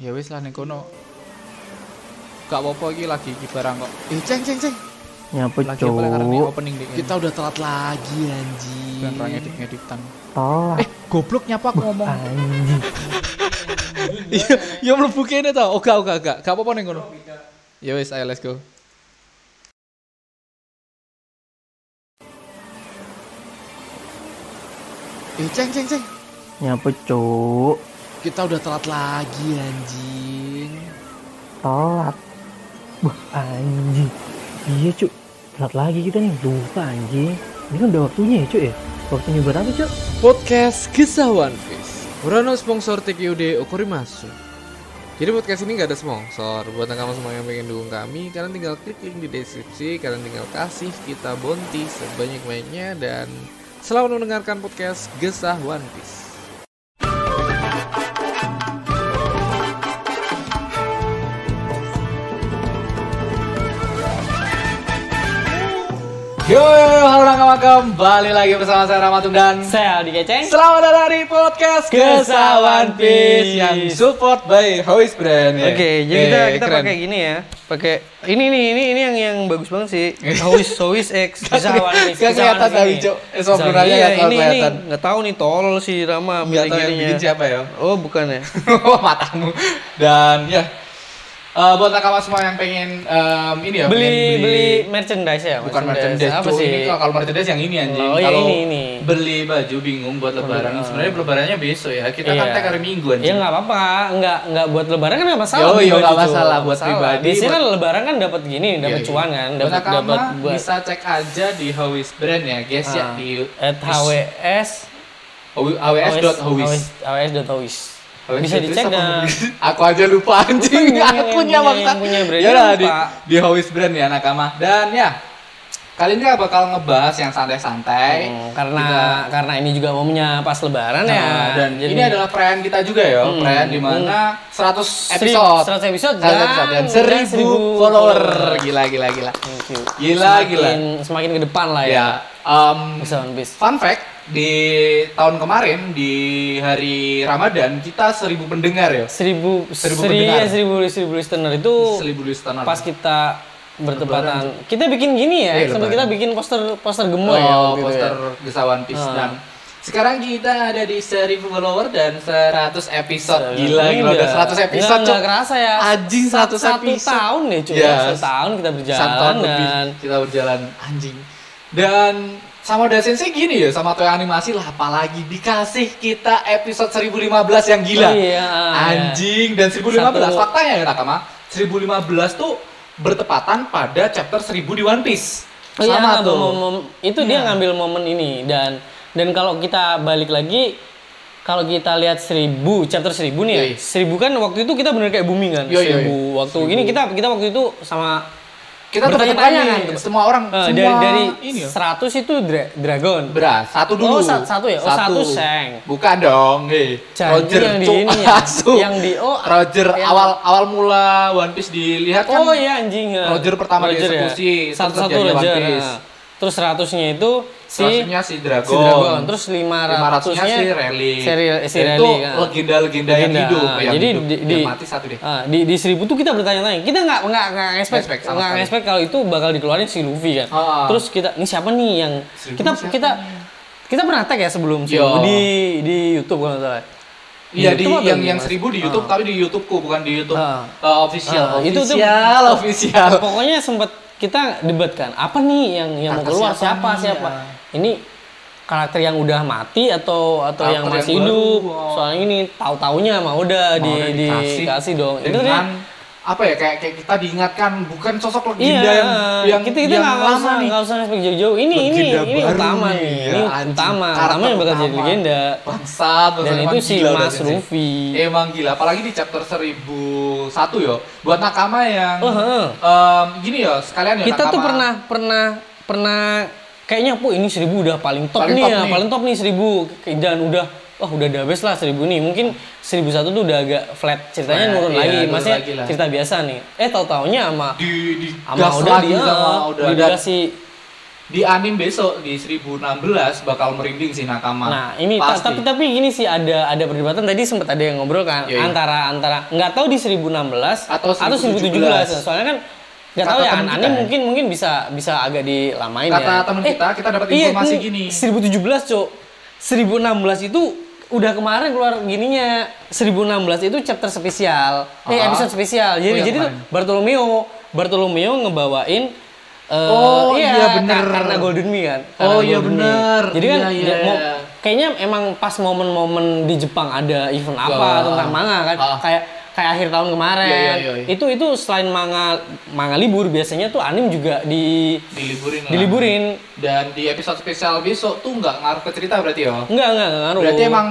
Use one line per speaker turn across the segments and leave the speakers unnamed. ya wis lah ning kono gak apa-apa iki lagi iki barang kok
Eh, ceng, ceng, ceng.
Nyapa
lagi apa lagi karena
cowok
opening dik
Kita udah telat lagi, anjing.
kan orang edit ngeditan
tolak
eh goblok nyapa aku ngomong
anjing.
iya ya mlebu kene ta oga oga oga gak apa-apa ning kono ya wis ayo let's go
Eh, ceng, ceng, ceng.
Nyapa cowok
Kita udah telat lagi, anjing.
tolak Wah anjing. Iya cuk. Telat lagi kita nih. Lupa anjing. Ini kan udah waktunya ya cuk ya. Waktunya buat apa cuk?
Podcast Kisah One Piece Urano sponsor TQD Okorimasu Jadi podcast ini gak ada sponsor Buat kamu semua yang pengen dukung kami Kalian tinggal klik link di deskripsi Kalian tinggal kasih kita bonti sebanyak-banyaknya Dan selamat mendengarkan podcast Gesah One Piece
yo yo yo halo nakama kembali lagi bersama saya Ramatung dan
Saya Aldi Keceng.
Selamat datang di podcast Kesah One Piece yang support by Hoist Brand. ya. Eh,
Oke, jadi kita kita pakai gini ya. Pakai ini nih, ini ini yang yang bagus banget sih. Hois Hois X bisa
keli-
awan nih.
gak kelihatan tapi, Cok. Eh, soal sebenarnya gak terlalu
ini,
kelihatan.
Ini nggak tahu nih tolol si Rama
nggak tahu yang
milih-milihnya.
bikin siapa ya. Oh,
Oh, bukan ya.
Matamu dan ya eh, buat nakama semua yang pengen em, ini ya
beli
pengen
beli merchandise ya.
bukan merchandise
apa
Cok.
sih?
ini kalau kalau merchandise yang ini anjing
Oh, iya,
kalau
ini, ini. oh.
beli baju bingung buat lebaran sebenarnya lebarannya besok ya kita kan
Iya.
tag hari minggu
Ya
anjing
nggak apa-apa, nggak nggak buat lebaran kan nggak masalah.
Yo,
beli
yo,
baju,
nggak
Cok.
masalah buat
Nggak
pribadi,
Biasanya
buat-
kan lebaran kan dapat gini, dapat
Iya,
cuan
iya.
kan, dapat
Buat nakama,
dapat buat
bisa cek aja di Howis Brand ya guys ya
Ah.
di
at HWS
aws.howis
aws.howis. Bisa dicek dan
aku aja lupa anjing
Yang- yang
akunya
punya-
maksa
yang punya brand
ya udah,
lupa.
di di Howis Brand ya nakama dan ya kali ini kita bakal ngebahas yang santai-santai
Hmm, karena karena ini juga momennya pas
Nah,
lebaran ya.
dan
Jadi Hmm,
ini adalah perayaan kita juga ya, perayaan di mana 100 episode. 100
100 episode
episode dan
dan
1000
1000
follower. Gila gila gila.
Thank you.
Gila,
semakin,
gila.
Semakin ke depan lah ya.
Ya, em,
Bisa One Piece.
fun fact di tahun kemarin di hari Ramadan kita 1000 pendengar ya.
Seribu,
Seribu
seribu, seri,
pendengar.
ya, seribu, seribu listener itu
1000 listener.
Oh, pas kita bertepatan. Kita bikin gini
Eh,
ya, sampai kita
lebaran.
bikin poster poster gemoy ya.
oh,
waktu itu ya. Ah.
poster Gesawan Peace dan sekarang kita ada di 1000 follower dan 100 episode. Gila
Ini
gila udah 100 episode.
Nggak, nggak
Cuk.
kerasa ya.
Anjing,
Sa-
100
satu
episode.
tahun ya cuy.
Ya,
Satu tahun kita berjalan.
satu tahun lebih
dan
kita berjalan anjing dan sama Dasen sih gini ya sama toy animasi lah apalagi dikasih kita episode 1015 yang gila
Iya.
anjing dan 1015
Satu-
faktanya ya Nakama 1015 tuh bertepatan pada chapter 1000 di One Piece
Oh iya,
sama tuh Iya.
momen- itu dia ngambil momen ini dan dan kalau kita balik lagi kalau kita lihat 1000 chapter 1000 nih ya.
Yoi.
1000 kan waktu itu kita bener kayak booming kan.
Yoi, yoi.
1000 waktu ini kita kita waktu itu sama
kita tebak-tebakan
bertanya-tanya
nih,
kan?
semua orang
eh,
semua
dari dari
ini ya
100 itu dra- dragon.
beras satu dulu
Oh, sa- satu ya? Oh, satu Seng.
bukan dong hei
Jangan yang di
Cuk,
ini ya.
asu.
Yang di- oh,
Roger
yang-
awal awal mula One Piece dilihat kan
Oh iya anjing. ya.
Roger pertama dieksekusi, terus
Satu-satu
terjadi One
Roger.
Piece.
nah. Terus seratusnya itu si
Seratusnya si Dragon.
si Dragon. Terus
500-nya
500-nya
si Rally.
Si, Rally- si
itu
Rally, kan.
legenda-legenda yang
Legenda.
hidup, yang
Jadi
hidup.
di,
Yang
di
mati satu deh.
Ah, di di seribu tuh kita bertanya-tanya. Kita nggak nggak nggak expect
Nggak expect sama
nggak
sekali.
expect kalau itu bakal dikeluarin si Luffy kan.
Ah.
Terus kita ini siapa nih yang
Seribu
kita
siapa
kita kita pernah tag ya sebelum
Yo.
seribu di di YouTube kalau nggak salah.
Iya
Di
di
YouTube apa
yang
di
yang
Mas?
seribu di YouTube, tapi di YouTubeku bukan di YouTube
Ah.
uh, official.
Ah, itu tuh-
official, official.
Nah, Pokoknya sempat kita debat kan, apa nih yang yang mau
Karakter
keluar
siapa
siapa siapa?
nih? Ah.
Ini karakter yang udah mati atau atau
Karakter
yang
yang
masih
baru,
hidup?
wow.
Soalnya ini tahu-taunya mau udah di,
Maunya
dikasih. dong. Itu kan,
Dengan
dia
apa ya kayak kayak kita diingatkan bukan sosok legenda
Iya,
yang yang
kita kita
yang
nggak nggak usah
lama nih.
nggak usah ngespek jauh-jauh. Ini ini
Legenda
ini
baru
utama
nih.
nih,
Ya,
ini
anjing.
utama,
Karakter
utama yang bakal jadi
utama.
legenda.
Bangsat, bangsat,
Dan
emang
itu si
gila udah
Mas
sih.
Luffy.
Emang gila, apalagi di chapter 1001 ya. Buat nakama yang
Oh, heeh.
em, gini ya, sekalian ya
Kita tuh
nakama.
pernah pernah pernah kayaknya po ini seribu udah paling top
Paling
nih
top
ya,
nih.
paling top nih seribu dan udah Wah udah the best lah seribu nih mungkin seribu satu tuh udah agak flat ceritanya
Flat,
nurun
iya,
lagi
nurun
maksudnya
lagi lah.
cerita biasa nih eh tau taunya sama
di di
sama
gas
udah
lagi
dia
sama udah
dikasih
di anime besok di 1016 bakal merinding sih nakama.
Nah, ini ta-
pasti.
tapi tapi gini sih ada ada perdebatan tadi sempat ada yang ngobrol kan
Iya, iya.
antara antara nggak tahu di 1016
Atau
1017.
1017.
Soalnya kan nggak
Kata
tahu ya
temen
aneh
kita ya.
mungkin mungkin bisa bisa agak dilamain
Kata
ya.
temen kita, kita dapat
iya,
informasi
ini
gini.
1017, Cok. 1016 itu udah kemarin keluar gininya 1016 itu chapter spesial. Eh
Ah.
episode spesial. Jadi
Oh, iya,
jadi tuh
kemarin.
Bartolomeo Bartolomeo ngebawain eh,
Oh, iya,
ka-
bener.
karena Golden Me kan.
Oh,
Karena
iya,
Golden Me.
bener.
Jadi kan
Iya, iya,
dia mau-
iya.
kayaknya emang pas momen-momen di Jepang ada event apa
Wah.
tentang manga kan
Ah.
kayak kayak akhir tahun kemarin.
Iya, iya, iya.
Itu itu selain manga manga libur biasanya tuh anim juga di
diliburin lah.
diliburin.
Dan di episode spesial besok tuh nggak ngaruh ke cerita berarti ya.
Enggak, enggak, enggak ngaruh.
Berarti emang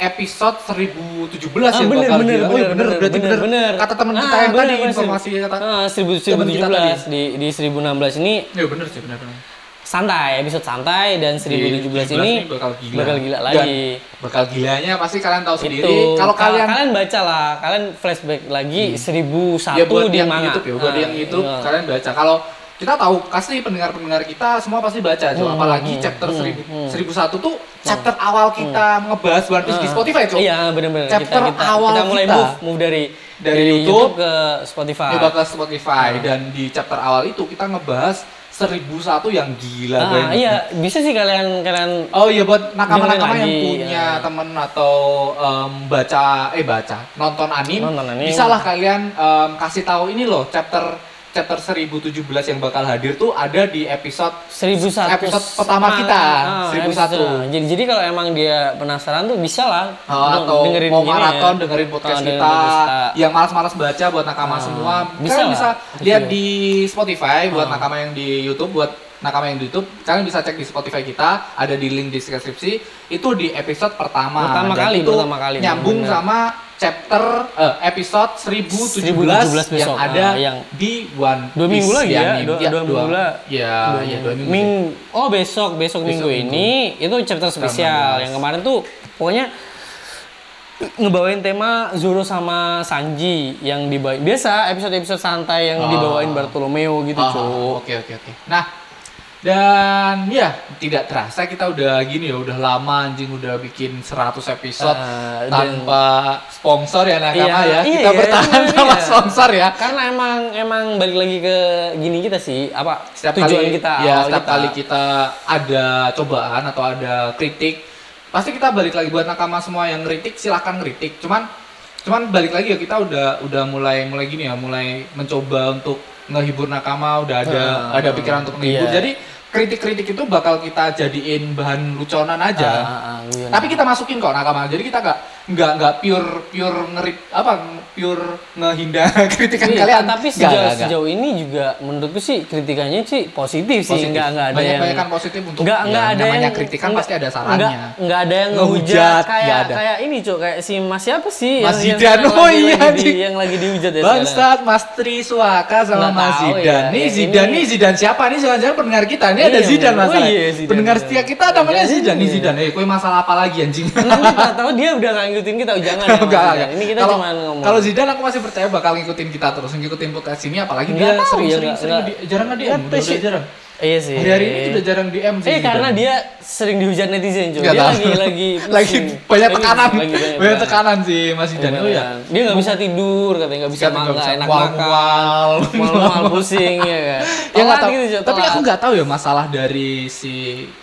episode 1017
Ah,
ya
bener,
bakal
bener,
dia- Oh, iya, bener, berarti bener, Kata teman kita
Ah,
yang
bener,
tadi
bener,
informasi ya,
seribu-
kata.
Ah, seribu-
temen kita
1017 di di 1016 ini
Ya bener sih bener. bener.
santai, episode santai dan 1017 ini
bakal gila.
bakal gila
Dan
lagi.
bakal gilanya pasti kalian tahu sendiri.
Itu.
Kalau kalian Hmm.
baca lah, kalian flashback lagi 1001
ya buat
di
yang
manga.
YouTube ya, buat
Ah,
yang YouTube
iya.
kalian baca. Kalau kita tahu pasti pendengar-pendengar kita semua pasti baca Jo.
Hmm,
apalagi
hmm,
chapter
hmm,
1000
hmm.
1001 tuh chapter awal kita ngebahas One Piece di
Ah,
Spotify Jo.
Iya, benar-benar.
Chapter awal
kita mulai
kita.
move move dari
Dari YouTube
ke
Ini
Spotify.
bakal Spotify
Ah.
dan di chapter awal itu kita ngebahas 1001 yang gila
Ah,
banget.
iya, bisa sih kalian kalian
Oh iya buat nakama-nakama yang
Dengerin lagi,
punya
ya.
temen atau em, baca eh baca nonton anim,
Nonton anim.
bisa lah kalian em, kasih tahu ini loh chapter chapter 1017 yang bakal hadir tuh ada di episode
1001
episode pertama kita
Ah,
1001
episode. Jadi jadi kalau emang dia penasaran tuh bisa lah
Ah,
deng-
atau mau
ini
maraton
ya.
dengerin podcast
Ah, dengerin
kita
podcast
yang malas-malas baca buat nakama
Ah,
semua
bisa
kalian
lah.
bisa
Gitu
lihat
ya.
di Spotify buat
Ah.
nakama yang di YouTube buat nakama yang di YouTube kalian bisa cek di Spotify kita ada di link di deskripsi itu di episode pertama
Pertama
Dan
kali,
itu
pertama kali,
nyambung
benar-benar.
sama chapter eh, episode 1017, yang
1017 besok.
ada
Ah, yang-
di One
Dua
Piece
minggu lagi
yang
ya,
ini.
dua,
Ya,
dua minggu
ya,
lah. Dua
ya,
minggu.
dua minggu,
Minggu- Iya, oh besok, besok, minggu,
minggu.
ini itu chapter
16.
spesial yang kemarin tuh pokoknya ngebawain tema Zoro sama Sanji yang dibawain biasa episode-episode santai yang
Ah.
dibawain Bartolomeo gitu,
Ah,
Cuk.
Oke oke oke. Nah dan ya tidak terasa kita udah gini ya udah lama anjing udah bikin 100 episode
Ah, dan-
tanpa sponsor ya nakama
Iya,
ya
iya,
kita
iya,
bertahan
iya.
sama sponsor ya
Karena emang emang balik lagi ke gini kita sih, apa
setiap
tujuan
kali
kita
ya
awal
setiap
kita.
kali kita ada cobaan atau ada kritik pasti kita balik lagi buat nakama semua yang kritik silahkan kritik cuman cuman balik lagi ya kita udah udah mulai mulai gini ya mulai mencoba untuk ngehibur nakama udah ada
Ah,
ada pikiran untuk ngehibur
iya.
jadi kritik-kritik itu bakal kita jadiin bahan luconan aja
Ah, ah, ah, iya.
tapi kita masukin kok nakama jadi kita nggak nggak nggak pure pure ngerit apa pure ngehindar kritikan
Iya,
kan kalian
tapi
Nggak,
sejauh,
nggak, nggak.
sejauh ini juga menurutku sih kritikannya sih positif, sih
Positif.
nggak nggak ada yang
Banyak-banyakan positif untuk
nggak
ya,
nggak ada
namanya
yang
kritikan
nggak-
pasti ada sarannya.
nggak nggak ada yang
Ngehujat,
ngehujat kayak
nggak ada.
kayak ini cok kayak si mas siapa sih
Mas
yang,
Zidan,
yang
oh
lagi,
iya,
lagi di,
anjing.
yang lagi dihujat ya sekarang?
Bangsat Mas Tri Suaka sama
Nggak
Mas
tahu
Zidan.
ya,
Nih
yang
Zidan
ini-
nih Zidan siapa nih? Jangan-jangan pendengar kita. Ini ada
Iya,
Zidan
bener. Oh
masalah.
iya, Zidan,
pendengar
bener.
setia kita namanya
Iya,
Zidan nih
iya.
Zidan. Eh, kue masalah apa lagi anjing?
nanti nggak tahu dia udah nggak ngikutin kita oh, jangan ya, Mas
Enggak,
Zidan.
enggak.
ini kita
Kalau-
cuma ngomong
Kalau Zidan aku masih percaya bakal ngikutin kita terus, ngikutin podcast ini apalagi
Nggak
dia
tahu ya,
sering-sering
nggak-
sering
nggak-
di- jarang nggak DM, udah- udah jarang.
iya sih
Hari-hari ini sudah jarang DM sih.
Eh
Zidan.
karena dia sering dihujat netizen cuy.
Nggak
Dia
tahu.
lagi lagi
lagi
pusing.
banyak
Lagi-
tekanan.
lagi Iya,
Banyak tekanan sih Mas Zidan itu ya.
Dia nggak bisa tidur katanya nggak bisa makan nggak enak makan.
mual
Mual-mual pusing ya kan.
ya nggak
Telat
tahu
gitu, cuy,
tapi
telat.
aku nggak tahu ya masalah dari si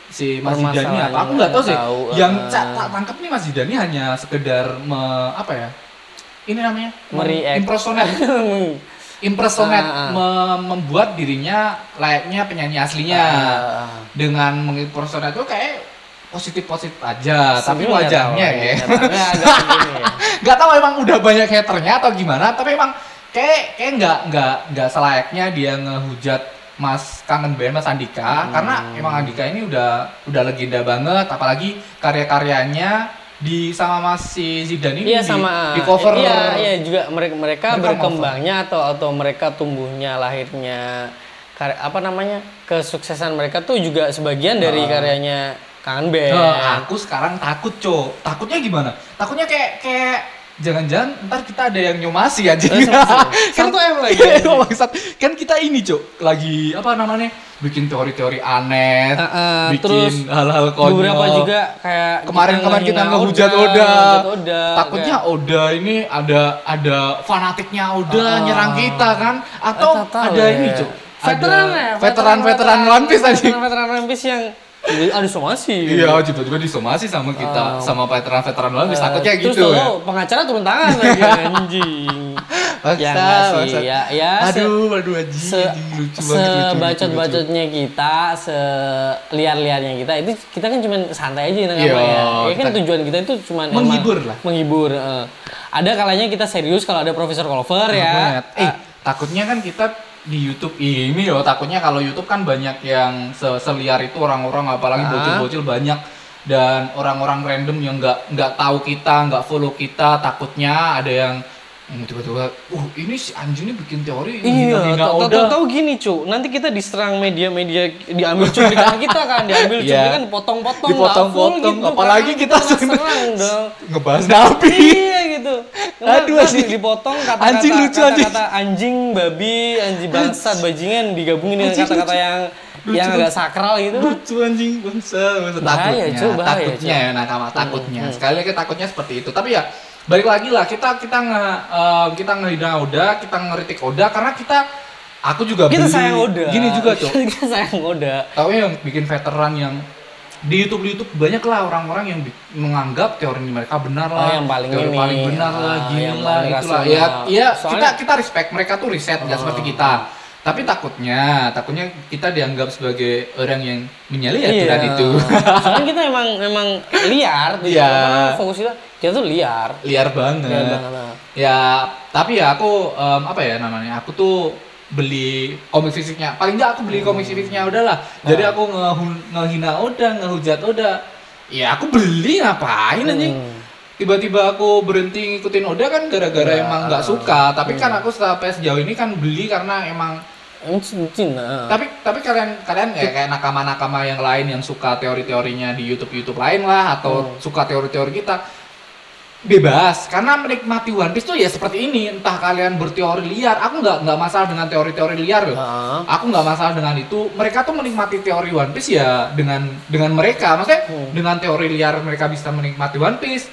si Mas Zidane ini apa aku
Permasalahannya
nggak tahu sih
nggak tahu,
yang
eh.
ca- tak tangkap nih Mas Zidane ini hanya sekedar me- apa ya ini namanya
Mereact.
impersonate impersonate
Ah, ah.
Me- membuat dirinya layaknya penyanyi aslinya
Ah.
dengan mengimpersonate itu kayak positif positif aja tapi
Sebenarnya nggak
wajahnya
tahu,
ya
wajahnya agak begini ya.
nggak tahu emang udah banyak haternya atau gimana tapi emang kayak kayak nggak nggak nggak selayaknya dia ngehujat Mas kangen band Mas
Hmm.
Andika karena emang Andika ini udah udah legenda banget apalagi karya-karyanya di sama Mas si Zidane ini
Iya
di,
sama
di cover
Iya, iya juga mereka mereka
Mereka
berkembangnya atau atau mereka tumbuhnya lahirnya kar- apa namanya? kesuksesan mereka tuh juga sebagian dari
Ah.
karyanya Kangen Band.
Nah, Eh, aku sekarang takut, Cok. Takutnya gimana? Takutnya kayak kayak jangan-jangan ntar kita ada yang nyomasi aja
Eh, sama-sama.
kan
Satu M lagi.
Iya, bangsat. kan kita ini cok lagi apa namanya bikin teori-teori aneh
Eh, eh,
bikin
terus
hal-hal konyol
beberapa juga kayak
kemarin-kemarin kita
ngehina
ngehujat Oda,
ngehujat Oda,
takutnya
kayak-
Oda ini ada ada fanatiknya Oda
Ah.
nyerang kita kan atau
Eh, tak tahu
ada
ya.
ini cok
veteran ya,
veteran veteran One Piece aja
veteran veteran One Piece yang ada somasi
iya tiba-tiba disomasi sama kita sama veteran veteran One Piece takutnya
Oh. Eh,
gitu
terus
ya
tau-tau pengacara turun tangan lagi anjing ya enggak
Bangsat,
sih
bangsat.
ya ya se-
aduh aduh aji
se
lucu banget lucu, lucu,
sebacot
lucu.
bacotnya kita se liar liarnya kita itu kita kan cuman santai aja nang
Iya,
apa ya ya kan
kita-
tujuan kita itu cuman emang
Menghibur lah.
menghibur eh. ada kalanya kita serius kalau ada Profesor Clover ya
Banget. Eh, takutnya kan kita di YouTube ini loh, takutnya kalau YouTube kan banyak yang se- seliar itu orang-orang apalagi
Ah.
bocil-bocil banyak dan orang-orang random yang nggak nggak tahu kita, nggak follow kita, takutnya ada yang "Hmm, tiba-tiba, uh ini si Anju ini bikin teori ini
Iya,
hina-hina
tau- tau-
Oda."
tau- tau gini cu, nanti kita diserang media-media diambil cuplikan kita kan, diambil
Iya.
cuplikan potong-potong, nggak
Dipotong-potong,
full gitu,
apalagi
karena
kita
kena serang dong.
ngebahas Nabi.
iya gitu.
Aduh,
Aduh,
anjing.
dipotong kata-kata
Anjing lucu,
kata,
anjing.
kata anjing, babi, anjing bangsat, bajingan digabungin dengan
Anjing
kata-kata yang
Lucu, kan?
yang agak
lucu.
sakral gitu.
lucu anjing bangsa bangsa
Bahaya,
takutnya
cuy, bahaya, Hmm,
takutnya
cuy.
ya nakama takutnya sekali lagi takutnya seperti itu tapi ya balik lagi lah kita kita nge eh, kita ngehina Oda kita ngeritik Oda karena kita aku juga
Kita
beli-
sayang Oda.
gini juga cok
Kita sayang Oda.
tahu yang bikin veteran yang di YouTube di YouTube banyak lah orang-orang yang bi- menganggap teori mereka benar lah
Oh, yang paling
teori
ini.
paling benar
Ah,
lah gini
yang
lah
paling
itulah ya
rasional.
ya kita
Soalnya- Oh.
kita respect mereka tuh riset nggak seperti kita tapi takutnya takutnya kita dianggap sebagai orang yang menyalahi
Iya.
aturan itu
Soalnya kita emang emang liar, gitu.
Iya.
Emang Fokus kita, kita tuh liar.
liar banget.
Liar banget, nah.
Ya, tapi ya aku em, apa ya namanya? Aku tuh beli komik fisiknya. Paling nggak aku beli komik fisiknya udah lah. Jadi aku ngehu- ngehina Oda, ngehujat Oda. Ya aku beli ngapain anjing? Tiba-tiba aku berhenti ngikutin Oda kan gara-gara emang nggak suka. Tapi kan aku sampai sejauh ini kan beli karena emang
Emang nah. Cina.
tapi tapi kalian kalian ya kayak nakama-nakama yang lain yang suka teori-teorinya di YouTube YouTube lain lah atau
Hmm.
suka teori-teori kita bebas karena menikmati One Piece tuh ya seperti ini entah kalian berteori liar aku nggak nggak masalah dengan teori-teori liar loh
Ah.
aku nggak masalah dengan itu mereka tuh menikmati teori One Piece ya dengan dengan mereka maksudnya
Hmm.
dengan teori liar mereka bisa menikmati One Piece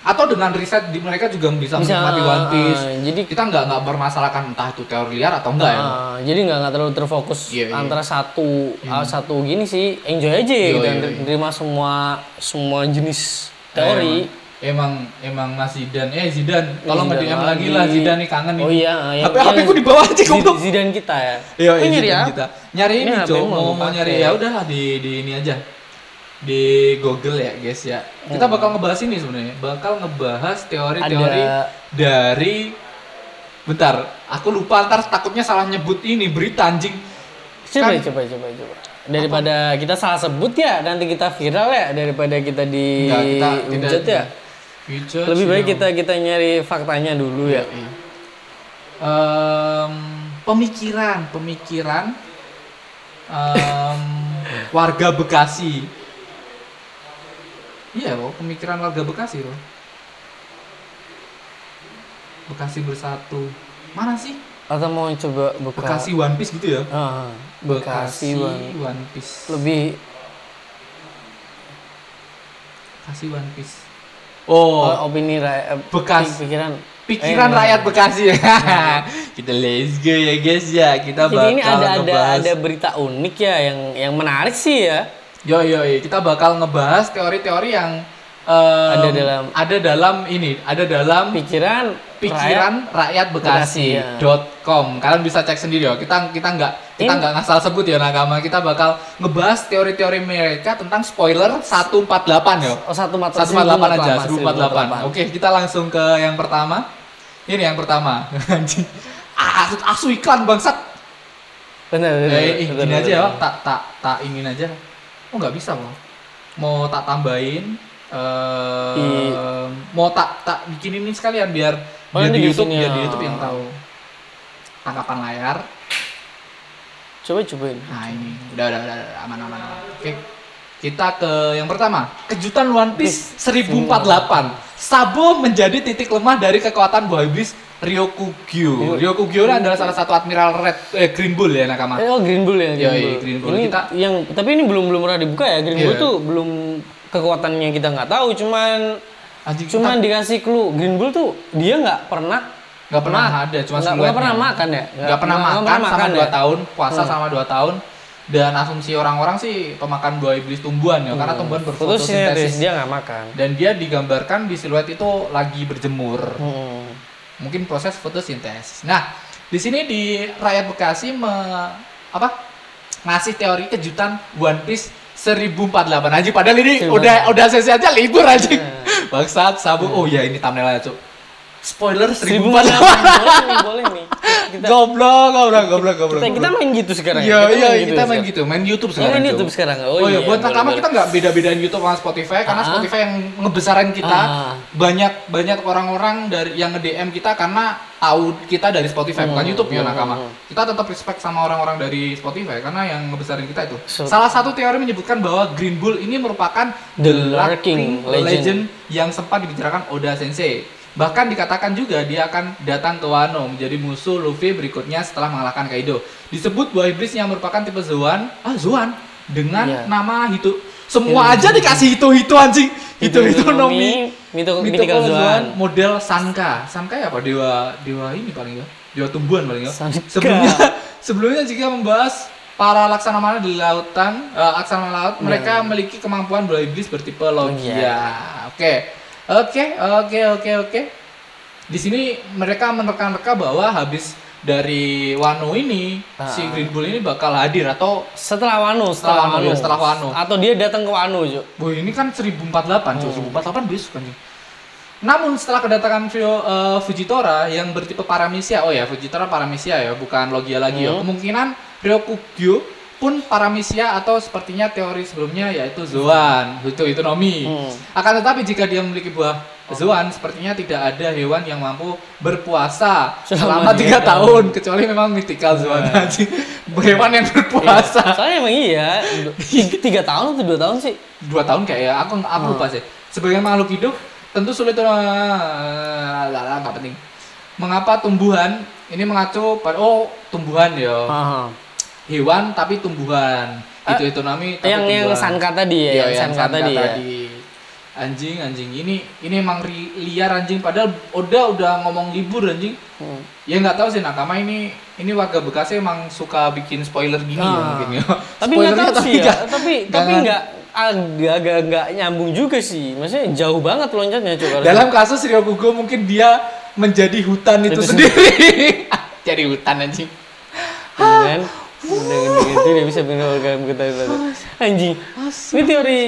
atau dengan riset di mereka juga bisa,
Bisa,
menikmati One Piece
ah, jadi-
kita nggak nggak bermasalahkan entah itu teori liar atau enggak ya
Ah, jadi nggak nggak terlalu terfokus
Iya, iya.
antara satu ah, satu gini sih enjoy aja
Iya,
gitu
iya,
dan
iya.
terima semua semua jenis teori
Emang emang Mas Zidan, eh Zidan, tolong
Zidane
nge-DM lagi lah Zidan nih kangen nih.
oh iya
HP HP ku dibawa aja goblok.
Zidan kita ya
Iya,
Kok
iya
nyari
Zidane
apa? Iya,
kita. Nyari ini,
Ini HP
Cok,
mu
mau,
nggak
mau nyari
dipakai.
ya udahlah di di ini aja. Di Google ya, guys ya. Kita bakal ngebahas ini sebenarnya. Bakal ngebahas teori-teori
Hmm. Ada-
dari Bentar, aku lupa ntar takutnya salah nyebut ini berita anjing.
coba
Kan-
coba coba coba daripada kita salah sebut ya nanti kita viral ya daripada kita di
Enggak, kita tidak-
hujat ya
Hujat
lebih
sih,
baik
ya.
kita kita nyari faktanya dulu
Iya,
ya
Em, pemikiran pemikiran em, warga Bekasi iya loh pemikiran warga Bekasi loh Bekasi bersatu mana sih
atau mau coba buka
Bekasi One Piece gitu ya
Ah, Bekasi, Bang.
One Piece
lebih
Bekasi One Piece oh
Oh, opini rakyat
Bekas.
pikiran
pikiran
Eh,
rakyat Bekasi kita let's go ya guys ya kita
Iya. Jadi
bakal
ini ada ada
ngebahas-
ada berita unik ya yang yang menarik sih ya.
Yo yo, yo. kita bakal ngebahas teori-teori yang em,
Ada dalam-
ada dalam ini, ada dalam
Pikiran
pikiran rakyat
Bekasi, ya.
bekasi.com. Kalian bisa cek sendiri ya. Kita kita nggak kita
Ini-
nggak ngasal sebut ya nakama. Kita bakal ngebahas teori-teori mereka tentang spoiler 148 ya.
rakyat- oh satu mata
148 aja, 1048. Oke, kita langsung ke yang pertama. Ini yang pertama. Anjing. Ah, asu- asu iklan bangsat.
Benar benar.
Eh, eh, gini
benar, benar,
aja ya,
benar.
Wak. tak tak tak ingin aja. Oh nggak bisa loh. Mau tak tambahin, eh
Di-
mau tak tak bikinin ini sekalian biar
Oh,
biar
nanti
di YouTube
bikinin
biar
ya.
di YouTube yang tahu. Tangkapan layar.
Coba cobain.
Nah ini udah udah udah, udah. aman aman. aman. Oke. Kita ke yang pertama, kejutan One Piece 1048. Sabo menjadi titik lemah dari kekuatan buah iblis
Oh,
Ryokugyo. Ryokugyo adalah salah satu admiral Red eh, Green Bull ya nakama.
iya. Eh, oh Green Bull ya.
Yoi, Iya, Green Bull.
Ini
Kita-
yang tapi ini belum belum pernah dibuka ya Green Bull
Iya.
tuh belum kekuatannya kita nggak tahu cuman
Anjing
cuman dikasih clue Green Bull tuh dia nggak pernah
nggak pernah ada, cuma
nggak
siluetnya.
nggak ya? pernah makan ya
nggak pernah makan sama dua tahun puasa
Hmm.
sama dua tahun dan asumsi orang-orang sih pemakan buah iblis tumbuhan ya
Hmm.
karena tumbuhan
fotosintesis
berfotosintesis
dia nggak makan
dan dia digambarkan di siluet itu lagi berjemur
Hmm.
mungkin proses fotosintesis nah di sini di rakyat bekasi me- apa ngasih teori kejutan one piece 1048 aja padahal ini
Seribu
udah udah sesi aja libur aja
Iya.
bangsat sabu oh ya ini thumbnailnya cuk spoiler 1048
seribu boleh nih boleh nih kita
goblok goblok goblok goblok
kita, kita main gitu sekarang
Iya,
ya
iya, kita main gitu, main YouTube sekarang.
sekarang. Oh, main
Jo.
YouTube sekarang oh,
Oh, iya, buat
boleh,
pertama
boleh.
kita nggak beda-bedain YouTube sama Spotify karena
Ah.
Spotify yang ngebesaran kita
Ah.
banyak banyak orang-orang dari yang nge DM kita karena tahu kita dari Spotify
Hmm,
bukan YouTube ya nakama. Kita tetap respect sama orang-orang dari Spotify karena yang ngebesarin kita itu.
So-
Salah satu teori menyebutkan bahwa Green Bull ini merupakan
The Lurking Legend.
yang sempat dibicarakan Oda Sensei. Bahkan dikatakan juga dia akan datang ke Wano menjadi musuh Luffy berikutnya setelah mengalahkan Kaido. Disebut buah iblis yang merupakan tipe Zoan, ah Zoan dengan
Iya.
nama Hito. Semua aja dikasih Hito-Hito anjing. Hito-Hito nomi. Mythical
Mito- Mythical Zoan.
model Sanka. Sanka ya apa dewa dewa ini paling ya. Dewa tumbuhan paling ya.
Sanka.
Sebelumnya sebelumnya jika membahas para laksanamana di lautan, eh, laksamana laut, mereka memiliki kemampuan bola iblis bertipe logia.
Iya.
Oke. Oke, oke, oke, oke. Di sini mereka menerka-nerka bahwa habis dari Wano ini si
Ah.
Green Bull ini bakal hadir atau
setelah Wano
Setelah Wano, ya, setelah Wano.
atau dia datang ke Wano Cuk.
Boy ini kan 1048,
Oh.
cuy. 1048 besok kan. cuy. Namun setelah kedatangan Fio- eh, Fujitora yang bertipe Paramecia, oh ya Fujitora Paramecia ya, bukan Logia lagi ya.
Oh.
Kemungkinan Ryokugyo pun Paramecia atau sepertinya teori sebelumnya yaitu Zoan, itu itu Nomi.
Hmm.
Akan tetapi jika dia memiliki buah Zoan, sepertinya tidak ada hewan yang mampu berpuasa selama
Selama
tiga
tiga
tahun, kecuali memang mythical Zoan aja. Hewan yang berpuasa.
Soalnya emang iya, du- tiga tahun atau dua tahun sih.
dua tahun kayak ya aku aku lupa
Ah.
sih sebagai makhluk hidup tentu sulit eh, lah nggak penting mengapa tumbuhan ini mengacu pada oh tumbuhan ya
Aha.
hewan tapi tumbuhan itu itu nami tapi
Eh, Yang yang
tumbuhan.
sanka tadi ya,
Iya,
yang, sanka, tadi. ya.
anjing anjing ini ini emang ri- liar anjing padahal Oda udah ngomong libur anjing
Hmm.
ya nggak tahu sih nakama ini ini warga Bekasi emang suka bikin spoiler gini ya
Ah.
mungkin ya
Tapi nggak
Spoilernya
tahu sih ya.
nggak-
Tapi tapi
jangan-
nggak agak-agak nggak nyambung juga sih. Maksudnya jauh banget loncatnya coba.
Dalam kasus Ryokugo mungkin dia menjadi hutan itu
Itu
sendiri. Jadi hutan anjing.
dengan dengan dengan tidak bisa menolak kita anjing. Ini teori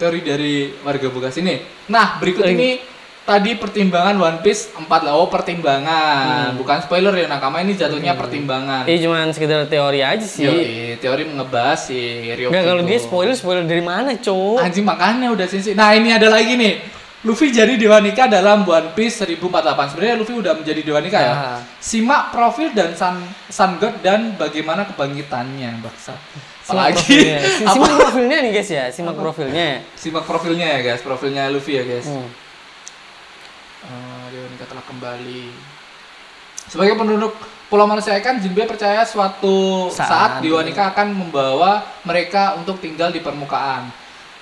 Teori dari warga Bekasi ini. Nah, berikut ini tadi pertimbangan One Piece 4 lah. Oh, pertimbangan. Bukan spoiler ya nakama ini jatuhnya pertimbangan.
ya cuman sekedar teori aja sih.
Yoi, teori ngebahas si Ryokugo.
Nggak kalau dia spoiler spoiler dari mana, Cuk?
Anjing makanya udah sensei. Nah, ini ada lagi nih. Luffy jadi dewa nikah dalam One Piece 1048. Sebenarnya Luffy udah menjadi dewa nikah ya.
Ah.
Simak profil dan Sun, Sun God dan bagaimana kebangkitannya, Baksa. Apalagi
Simak profilnya. Iya. Si-
apa?
Simak profilnya nih guys ya, simak profilnya. ya.
Simak profilnya ya, guys. Profilnya Luffy ya, guys.
Hmm.
Eh, dewa nikah telah kembali. Sebagai penduduk Pulau Manusia Ikan, Jinbe percaya suatu saat,
Saat.
Dewa Nikah akan membawa mereka untuk tinggal di permukaan.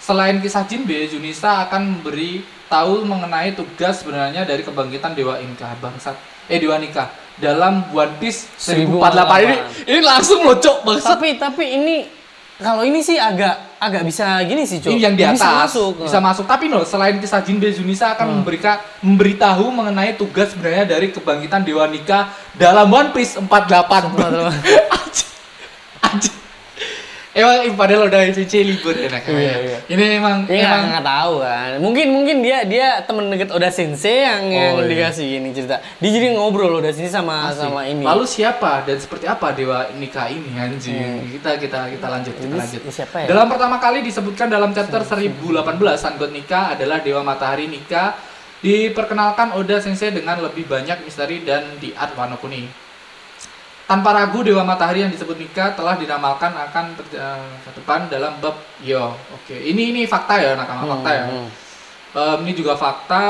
Selain kisah Jinbe, Junisa akan memberi tahu mengenai tugas sebenarnya dari kebangkitan Dewa Inka bangsat. Eh Dewa Nikah dalam One Piece 1048 ini, ini langsung locok bangsat.
Tapi tapi ini kalau ini sih agak agak bisa gini sih, Cuk.
Ini yang di atas
Bisa masuk. Hmm.
Bisa masuk. Tapi no, selain kisah Jinbe Junisa akan memberikan memberitahu mengenai tugas sebenarnya dari kebangkitan Dewa Nika dalam One Piece 48. Anjing. Anjing. Emang ih, padahal udah cuci libur enak.
Iya, iya.
Ini emang
Iya
emang
nggak nggak tahu kan. Mungkin mungkin dia dia temen deket Oda Sensei yang, yang
Oh, iya.
dikasih ini cerita. Dia jadi ngobrol Oda Sensei sama
Asik.
Nah, sama ini.
Lalu siapa dan seperti apa dewa nikah ini anjing? Kita kita kita lanjut kita
Hmm. Ini
lanjut.
si- siapa ya?
Dalam pertama kali disebutkan dalam chapter 1018 Sangot Nikah adalah dewa matahari nikah diperkenalkan Oda Sensei dengan lebih banyak misteri dan di Art Wano Kuni. Tanpa ragu Dewa Matahari yang disebut Nika telah dinamalkan akan
Hmm,
per- eh, ke depan dalam bab Yo. Oke, ini ini fakta ya nakama fakta ya. Em, ini juga fakta,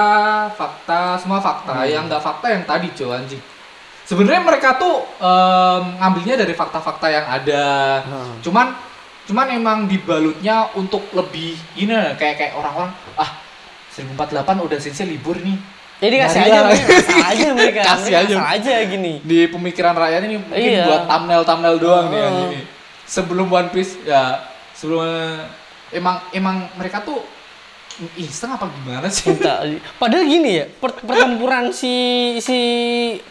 fakta, semua fakta. Yang nggak fakta yang tadi cuy anjing. Sebenarnya mereka tuh em, ngambilnya dari fakta-fakta yang ada. Cuman cuman emang dibalutnya untuk lebih ini kayak kayak orang-orang ah 1048 udah sensei libur nih.
Jadi kasih
Dari
aja
lah.
mereka, kasih aja mereka.
Kasih
Mereka
aja.
Kasih aja gini.
Di pemikiran rakyat ini mungkin
Iya.
buat thumbnail-thumbnail doang nih yang
Oh.
ini. Sebelum One Piece ya sebelum emang emang mereka tuh iseng apa gimana sih?
Minta- Padahal gini ya, per- pertempuran si si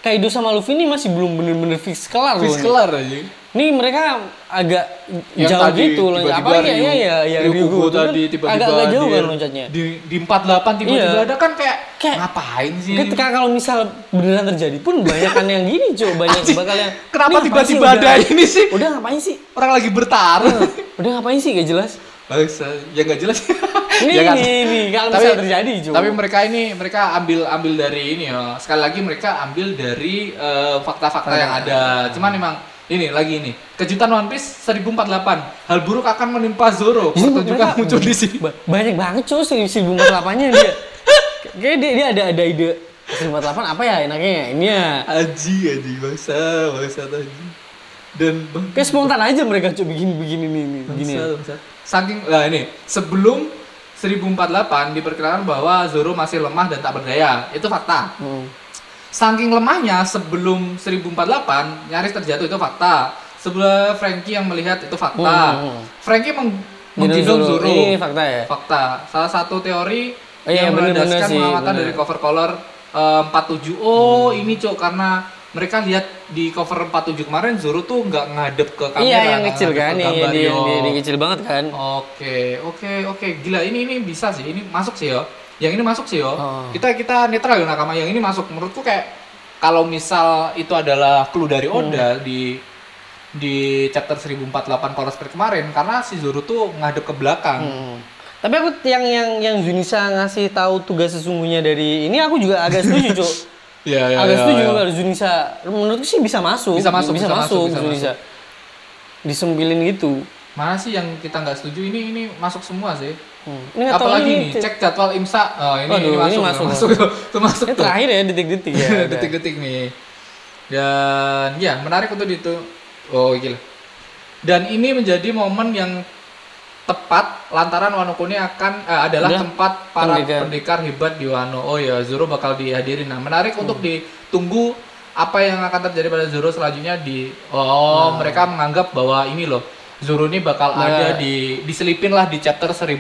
Kaido sama Luffy ini masih belum bener-bener fix kelar loh.
Habis
nih.
kelar aja.
Nih mereka agak
Yang
jauh
tadi
gitu loh.
tiba-tiba
Apalagi ya,
Ryu-
ya, ya, ya
Ryu
Ryugu
Kubo
itu kan
tadi tiba-tiba
agak, agak jauh
di-
kan loncatnya.
Di, di 48 tiba-tiba
Iya.
ada kan kayak,
Kayak- Gitu,
ngapain sih?
Ketika kalau misal beneran terjadi pun banyak kan yang gini cuy, banyak
Anjing,
bakal yang
kenapa
"Nih, ngapain sih
tiba-tiba ada
udah-
ini sih?
Udah ngapain sih?
Orang lagi bertarung.
Udah ngapain sih gak jelas?
Bangsa, ya nggak jelas.
Ini
Ya kan?
ini, ini kalau
Tapi-
misal terjadi cuy.
Tapi mereka ini mereka ambil ambil dari ini ya. Sekali lagi mereka ambil dari eh, fakta-fakta yang ada. Cuman emang ini lagi ini kejutan One Piece 1048 hal buruk akan menimpa Zoro
Ini
pertunjukan
mereka-
muncul di sini
Iya, Ba- banyak banget cuy si si bunga kelapanya dia. Kayaknya dia, dia ada ada ide Seribu apa ya enaknya ya? ini ya.
aji aji bangsa bangsa aji dan bang
Kayak spontan aja mereka coba begini begini nih nih, gini. ya.
Saking lah ini sebelum 1048 diperkirakan bahwa Zoro masih lemah dan tak berdaya. Itu fakta.
Hmm.
Saking lemahnya sebelum 1048 nyaris terjatuh itu fakta. Sebelah Frankie yang melihat itu fakta.
Hmm.
Frankie meng-
Minum
menggendong
Zoro.
Zoro.
Ini fakta ya.
Fakta. Salah satu teori
Oh iya,
yang
bener-bener
berlandaskan
sih,
pengamatan
bener. Hmm.
dari cover color eh, 47. Oh, ini cok karena mereka lihat di cover 47 kemarin Zoro tuh nggak ngadep ke kamera.
Iya yang
nggak
kecil
ngadep
kan,
ke
yang, yang,
gambar,
dia,
yo.
dia- dia kecil banget kan.
Oh. Oke, oke, oke. Gila ini ini bisa sih. Ini masuk sih yo. Yang ini masuk sih yo.
Oh.
Kita kita netral ya nakama. Yang ini masuk menurutku kayak kalau misal itu adalah clue dari
Hmm.
Oda di di chapter 1048 Color Spirit kemarin karena si Zoro tuh ngadep ke belakang.
Hmm. Tapi aku yang yang yang Junisa ngasih tahu tugas sesungguhnya dari ini aku juga agak setuju, Cuk.
Iya, iya,
agak
iya,
setuju
iya.
kalau Junisa. Menurutku sih bisa masuk.
Bisa masuk,
bisa,
bisa masuk,
masuk,
bisa
Junisa. Disempilin gitu.
Mana sih yang kita nggak setuju? Ini ini masuk semua sih.
Hmm. Ini nggak tahu
Apalagi
ini
nih, cek jadwal imsa. Oh, ini,
Waduh,
ini
ini
masuk, ini
masuk.
masuk, Itu masuk
ini
tuh.
terakhir ya detik-detik ya. udah.
detik-detik nih. Dan ya menarik untuk itu. Oh gila. Dan ini menjadi momen yang tepat lantaran Wano Kuni akan eh, adalah
Udah,
tempat para pendekar.
pendekar.
hebat di Wano. Oh ya Zoro bakal dihadirin. Nah menarik
Hmm.
untuk ditunggu apa yang akan terjadi pada Zoro selanjutnya di
Nah.
oh mereka menganggap bahwa ini loh Zoro ini bakal ada di diselipin lah di chapter 1048.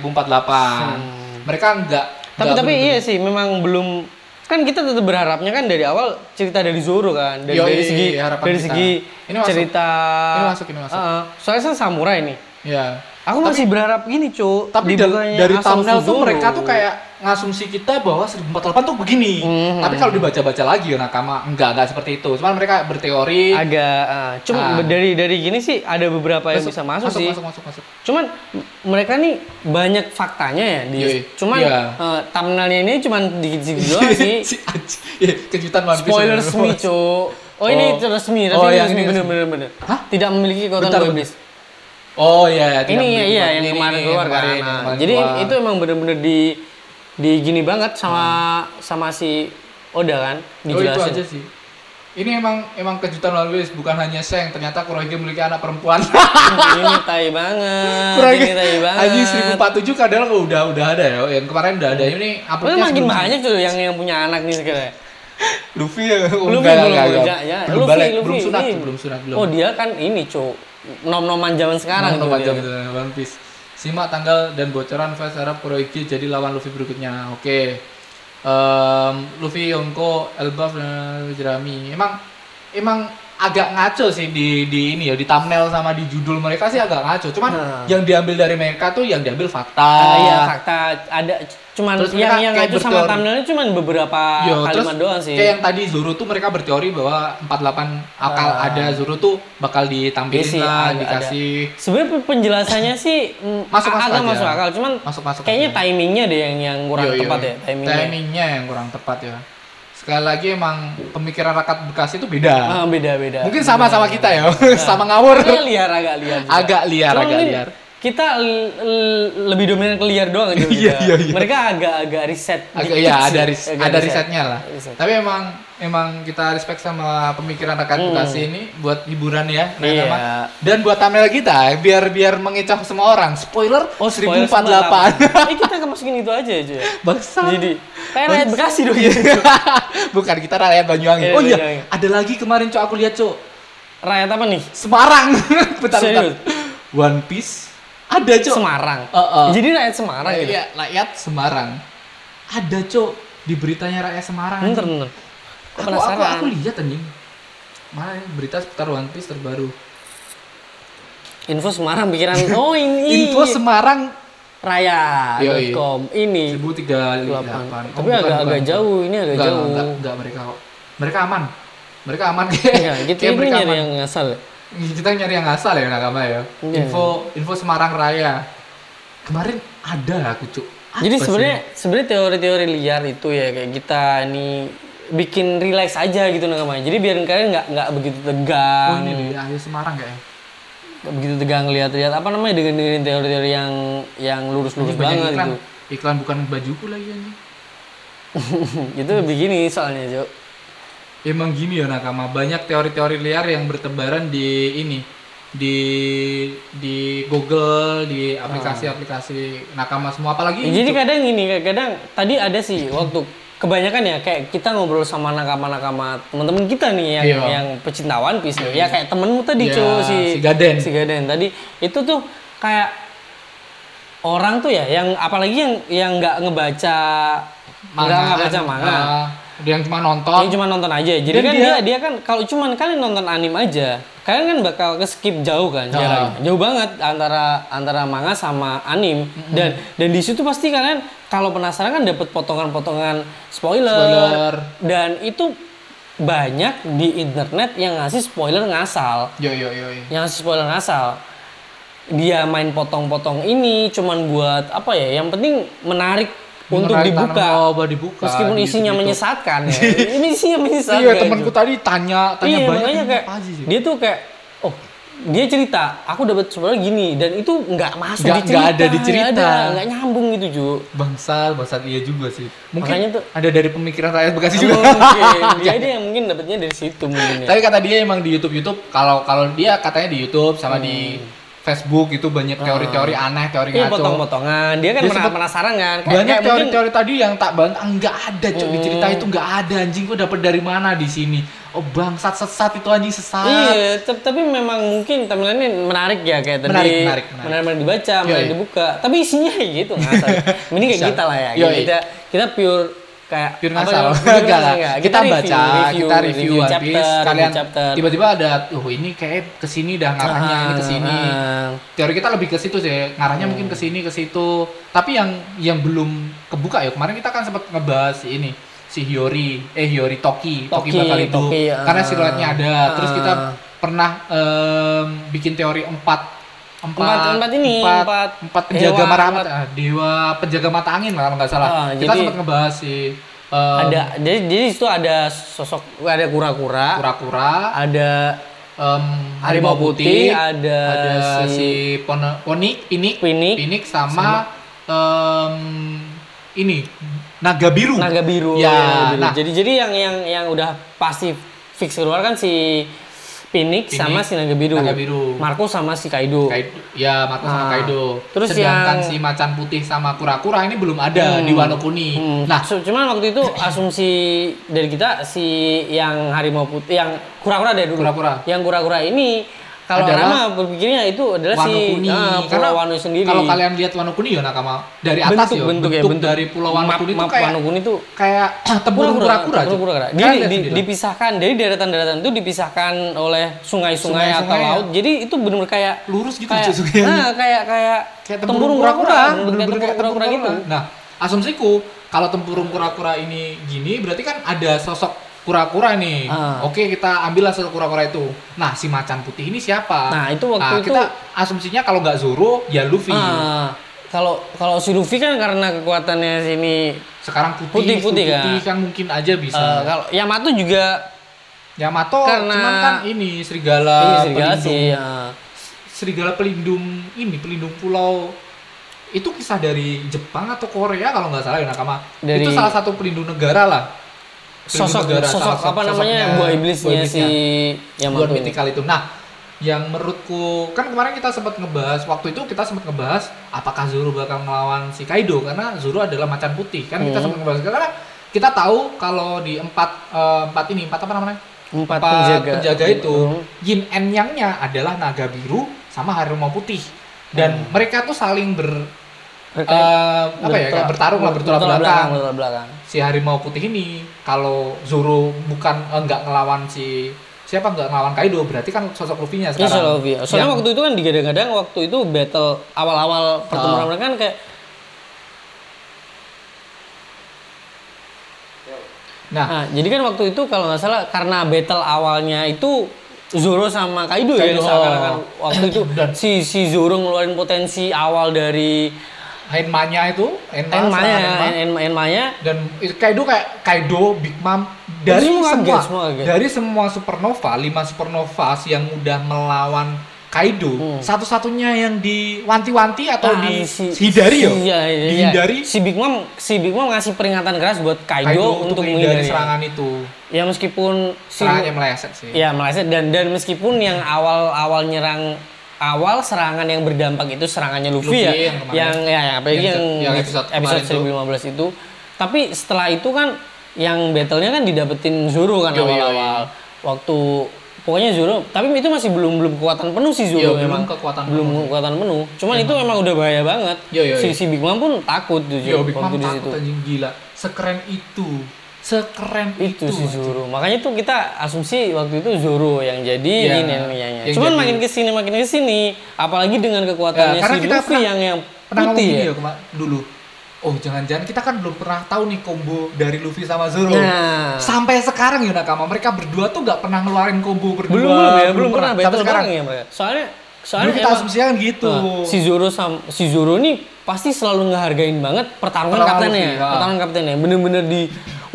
Mereka enggak
Hmm. Tapi tapi iya sih memang belum kan kita tetap berharapnya kan dari awal cerita dari Zoro kan dari,
Yoi,
dari segi
harapan
dari
kita.
segi
Ini masuk.
cerita
Ini masuk, ini masuk.
Heeh. soalnya saya samurai nih
ya
aku masih berharap gini cu
tapi dal-
dibukanya
dari
asal
thumbnail tuh
Zoro.
mereka tuh kayak ngasumsi kita bahwa 1048 tuh begini.
Mhm.
Tapi kalau dibaca-baca lagi ya nakama enggak enggak seperti itu. Cuman mereka berteori
agak eh, cuma
Ah.
dari dari gini sih ada beberapa yang bisa masuk, sih
Masuk masuk masuk.
cuman m- mereka nih banyak faktanya ya di
Yoi.
cuman
Iya.
eh, thumbnailnya ini cuman dikit-dikit doang Iya sih
Si anjing. Iya, kejutan One Piece.
spoiler resmi cu oh ini
Oh.
resmi tapi
Oh,
ini
iya,
resmi
ini resmi.
bener-bener bener.
Hah?
tidak memiliki kekuatan
Bentar,
webis
Oh iya, tidak
ini iya,
memiliki
iya
bukti.
yang
Ini,
kemarin
ini, yang
keluar kan
kemarin,
Nah,
yang kemarin
jadi
keluar. Oh,
itu emang bener-bener di di gini banget sama sama si Oda kan
Hmm. Oh, itu
dijelasin
aja sih. Ini emang emang kejutan One Piece bukan hanya Seng, ternyata Kurohige memiliki anak perempuan.
ini tai banget ini tai Ah, banget
Anjing 1047 kadang udah udah ada ya. Yang kemarin udah ada ini
Tapi
uploadnya
makin
sebelum-
banyak tuh yang yang punya anak nih sekarang.
Luffy ya?
Luffy
Enggak,
belum
enggak,
belum
enggak.
ya.
Belum
Luffy,
balik,
Luffy,
belum sunat,
ini.
belum sunat, belum. Nah,
Oh, dia kan ini, Cuk. Nom-noman zaman sekarang
Nonton
tuh
aja
dia.
gitu, One Piece. Simak tanggal dan bocoran fans Arab Kuroiki jadi lawan Luffy berikutnya. Oke. Em, Luffy, Yonko, Elbaf, dan Jerami. Emang emang agak ngaco sih di di ini ya di thumbnail sama di judul mereka sih agak ngaco. Cuman
Nah.
yang diambil dari mereka tuh yang diambil fakta.
Ah, iya, fakta ada cuman
Terus
yang
mereka
yang
kayak
itu sama
berteori.
thumbnailnya cuman beberapa
Yo,
kalimat doang sih.
Kayak yang tadi Zoro tuh mereka berteori bahwa 48 akal ada Zoro tuh bakal ditampilin
Ah. Iya sih,
lah,
ada-
dikasih
Sebenarnya pe- penjelasannya sih mm,
Masuk- masuk
agak
aja.
masuk akal, cuman
masuk-masuk.
kayaknya
aja.
timingnya deh yang yang kurang
Yo, yo.
tepat ya timingnya.
Timingnya yang kurang tepat ya. Sekali lagi emang pemikiran rakyat Bekasi itu beda.
Ah, beda beda.
Mungkin sama sama kita ya, sama ngawur.
Agak liar agak liar. juga.
Agak liar,
Cuman
agak
mungkin
liar.
kita l- l- lebih dominan ke liar doang aja.
Iya, iya, iya.
Mereka agak-agak riset.
Agak
dikit
ya
sih.
ada ris-
Agak
ada risetnya lah.
Riset.
Tapi emang emang kita respect sama pemikiran rekan Bekasi ini buat hiburan ya, nah,
Hmm. Iya.
teman. Dan buat thumbnail kita eh, biar biar mengecoh semua orang. Spoiler
Oh, spoiler
1048.
semua. eh, kita masukin itu aja aja.
Bangsa.
Jadi, kayak rakyat Bekasi dong.
iya. Bukan kita rakyat Banyuwangi.
Iya,
oh iya,
Banyuwangi.
ada lagi kemarin cok aku lihat cok
Rakyat apa nih?
Semarang. bentar bentar.
Serius?
One Piece ada cok.
Semarang.
Oh, oh.
Jadi rakyat Semarang gitu.
Iya, rakyat Semarang. Ada cok di beritanya rakyat Semarang.
Bentar, bentar. Aku
Aku, aku,
penasaran.
aku lihat anjing. Mana ya berita seputar One Piece terbaru?
Info Semarang pikiran. Oh ini.
Info Semarang
Raya.com ini.
1038. Oh,
Tapi
bukan,
agak
bukan,
agak
bukan.
jauh ini agak
Enggak,
jauh.
enggak, enggak, enggak, mereka kok. Mereka aman. Mereka aman kayak.
Iya, gitu
kayak
ini
mereka
nyari
aman.
yang ngasal. ya?
Kita nyari yang asal ya nakama ya.
Iya.
Info info Semarang Raya. Kemarin ada aku cuk. Apa
Jadi
sih?
sebenarnya sebenarnya teori-teori liar itu ya kayak kita nih bikin relax aja gitu namanya. Jadi biar kalian nggak nggak begitu tegang, gitu ya.
Oh ini di Ayo Semarang kayaknya.
nggak begitu tegang lihat-lihat apa namanya dengan dengerin teori-teori yang yang
Ini
lurus-lurus
banyak
banget
iklan.
gitu.
Iklan bukan bajuku lagi anjing.
itu begini soalnya Jo.
Emang gini ya nakama, banyak teori-teori liar yang bertebaran di ini di di Google, di aplikasi-aplikasi nakama semua apalagi
Ya, jadi kadang gini, kadang tadi ada sih waktu kebanyakan ya kayak kita ngobrol sama nakama-nakama teman-teman kita nih yang
Iya.
yang pecinta One Piece nih. Ya kayak temenmu tadi
Iya,
cuy si
si Gaden.
Si Gaden tadi itu tuh kayak orang tuh ya yang apalagi yang yang nggak ngebaca nggak ngebaca manga.
ah, yang cuma nonton.
Yang cuma nonton aja. Jadi
Dan
kan dia
dia-
dia kan kalau cuman kalian nonton anime aja, kalian kan bakal ke skip jauh
Ah.
kan jaraknya. Jauh banget antara antara manga sama anime. Dan dan di situ pasti kalian kalau penasaran kan dapat potongan-potongan spoiler.
Spoiler.
Dan itu banyak di internet yang ngasih spoiler ngasal
Yo yo yo. yo.
yang spoiler ngasal dia main potong-potong ini cuman buat apa ya yang penting menarik untuk
Menarik
dibuka
tanam, oh, buat dibuka,
meskipun
gitu,
isinya
gitu.
menyesatkan ya ini isinya menyesatkan
Iya,
Jo.
temanku tadi tanya tanya
iya
banyak
makanya
ini
kayak
apa sih?
dia tuh kayak oh dia cerita aku dapat spoiler gini dan itu nggak masuk
Nggak-
di cerita
nggak ada di
nggak
cerita.
ada, nggak nyambung gitu Ju
Bangsal, bangsal iya juga sih. Mungkin
Makanya tuh- Iya.
ada dari pemikiran rakyat Bekasi juga.
mungkin dia dia yang mungkin dapatnya dari situ mungkin ya.
Tapi kata dia emang di YouTube YouTube kalau kalau dia katanya di YouTube sama di Facebook itu banyak teori-teori aneh, teori
Hmm. Iya
ngaco.
potong-potongan, dia kan
Dia
pena-
sempet-
penasaran kan. Kayak-
banyak
kayak mungkin- Oh.
teori-teori tadi yang tak bantah nggak ada cuy di cerita itu nggak ada anjing gua dapet dari mana di sini oh bangsat sesat itu anjing sesat
Iya, tep- tapi memang mungkin temenan ini menarik ya kayak tadi.
Menarik, menarik, menarik.
Menarik dibaca, menarik
iya.
dibuka. Tapi isinya kayak gitu ngasal. Mending kayak
Bisa.
kita lah ya.
Yoi.
Kita kita pure kayak
Pure
apa Iya,
ngasal.
namanya, pure
Enggak lah.
ngasal, enggak.
Kita, baca, kita review, One Piece,
chapter,
kalian
review chapter.
tiba-tiba ada, oh ini kayak kesini dah ngarahnya, ini kesini.
Ah.
Teori kita lebih ke situ sih, ngarahnya mungkin
Hmm.
kesini ke situ. Tapi yang yang belum kebuka ya kemarin kita kan sempat ngebahas ini si Hiyori, eh Hiyori Toki, Toki,
Toki,
bakal hidup
Toki, ah.
karena siluetnya ada. Terus kita
Ah.
pernah em, bikin teori empat
Empat- empat ini,
empat,
empat
empat penjaga
dewa,
mata
empat-
ah, dewa penjaga mata angin lah kalau nggak salah
Ah,
kita
jadi-
sempat ngebahas si em,
ada jadi jadi itu ada sosok ada kura-kura,
kura-kura,
ada
em,
harimau putih, ada,
ada
si,
si, pone- poni, pinik,
Pinik.
sama, em, ini naga biru.
naga biru
Ya,
naga biru.
nah.
jadi jadi yang yang yang udah pasti fix keluar kan si
Phoenix,
Phoenix, sama si naga biru
Naga biru.
Marco sama si Kaido
Kaido- ya Marco sama
Ah.
Kaido.
Terus
Sedangkan
yang-
si macan putih sama kura-kura ini belum ada di Wano Kuni.
Hmm,
Nah,
cu- cuman waktu itu asumsi dari kita si yang harimau putih yang kura-kura deh dulu
Kura-kura.
yang kura-kura ini kalau
Adalah
Rama berpikirnya itu adalah
Wano
si
Kuni.
ah, Pulau
Karena
Wano sendiri
kalau kalian lihat Wano Kuni ya nakama dari atas yo,
bentuk, bentuk, ya, bentuk.
dari Pulau Wano
Map-
Kuni itu
map
kayak
Wano Kuni tuh
kayak tempurung kura-kura.
Tempurung
Cuk.
kura-kura.
Kalian
Dia
lihat
di-
sendiri lah.
dipisahkan dari daratan-daratan itu dipisahkan oleh sungai-sungai atau
Sungai-sungai ya.
laut. Jadi itu benar-benar kayak
lurus gitu
kayak,
cuy, sungainya.
nah, kayak kayak
kayak
tempurung kura-kura, bener-bener kayak tempurung kura-kura gitu.
Nah, asumsiku kalau tempurung kura-kura ini gini berarti kan ada sosok kura-kura nih.
Ah.
Oke, kita ambillah sosok kura-kura itu. Nah, si macan putih ini siapa? Ah,
Nah, itu waktu itu-
kita asumsinya kalau nggak Zoro ya Luffy.
Ah, kalau kalau si Luffy kan karena kekuatannya sini
Sekarang putih,
Putih-putih kan?
kan mungkin aja bisa.
eh, kalau Yamato juga
Yamato
Karena-
cuman kan ini serigala,
iya serigala
pelindung.
sih. ah.
serigala pelindung ini pelindung pulau itu kisah dari Jepang atau Korea kalau nggak salah ya nakama
Dari-
itu salah satu pelindung negara lah Pelindung
sosok
negara,
sosok
salah satu
apa namanya
sosoknya,
buah iblisnya si
iblisnya. Bulan
Yamato ini.
mitikal itu. Nah, yang menurutku kan kemarin kita sempat ngebahas waktu itu kita sempat ngebahas apakah Zoro bakal melawan si Kaido karena Zoro adalah macan putih kan kita
Hmm.
sempat ngebahas karena kita tahu kalau di empat eh, empat ini empat apa namanya
Empat
Empat
penjaga.
itu
Hmm.
Yin and Yang-nya adalah naga biru sama harimau putih dan
Hmm.
mereka tuh saling ber
Mereka
eh, apa ya
bertolak-
kayak bertarung lah bertolak belakang
bertolak belakang.
si harimau putih ini kalau Zoro bukan eh, nggak ngelawan si siapa nggak ngelawan Kaido berarti kan sosok Luffy-nya sekarang.
Ini
Ya.
soal Iya, Luffy. Soalnya
Yang-
waktu itu kan digadang-gadang waktu itu battle awal-awal pertemuan
Ah.
mereka kan kayak
Nah,
Nah, jadi kan waktu itu kalau nggak salah karena battle awalnya itu Zoro sama Kaido, ya
Kaido.
seakan-akan waktu itu
Dan-
si si Zoro ngeluarin potensi awal dari
Enma-nya itu, Enma,
Ah. Enma
serangan Enma.
ya, En- Enmanya
dan Kaido kayak Kaido, Big Mom dari
Itu semua
semua,
kaget, semua kaget.
dari semua supernova, lima supernova yang udah melawan Kaido, satu-satunya yang diwanti-wanti atau
Hmm. Ah,
di
si-
hindari ya,
iya, iya, iya.
dihindari
Si Big Mom, si Big Mom ngasih peringatan keras buat Kaido,
Kaido
untuk
menghindari
menghindari
serangan itu.
Ya meskipun si
Serangannya meleset sih.
ya meleset dan dan meskipun yang awal awal nyerang awal serangan yang berdampak itu serangannya Luffy,
Luffy
ya
yang kemarin.
yang ya, yang apalagi
Yang
yang,
episode- yang episode
episode
kemarin
1015 itu tapi setelah itu kan yang battle-nya kan didapetin Zoro kan
Yo, yo, yo.
awal-awal waktu pokoknya Zoro tapi itu masih belum belum kekuatan penuh sih
Yo,
Zoro
belum
memang
kekuatan
belum
penuh.
kekuatan penuh cuman itu emang udah bahaya banget
Yo, yo, yo.
si si Big Mom pun takut
Yo,
jujur
Big Mom
waktu di situ
takut anjing gila. Sekeren itu. Sekeren
itu
itu.
si Zoro makanya tuh kita asumsi waktu itu Zoro yang jadi
Iya,
ini iniannya.
yang
cuman
jadi.
makin kesini makin kesini apalagi dengan kekuatannya
Ya, karena
si
kita
Luffy
pernah-
yang yang
Pernah ngomong
putih
gini
ya
ya kema- dulu. Oh, jangan-jangan kita kan belum pernah tahu nih combo dari Luffy sama Zoro.
Nah.
Sampai sekarang ya Nakama, mereka berdua tuh nggak pernah ngeluarin combo berdua.
belum belum ya belum pernah
Sampai
battle
sekarang.
bareng ya mereka soalnya
Dulu
soalnya
kita
emang-
asumsikan gitu.
Nah, si Zoro sam si Zoro nih pasti selalu ngehargain banget pertarungan
Pertarungan
kaptennya
Luffy, ya.
pertarungan kaptennya bener-bener di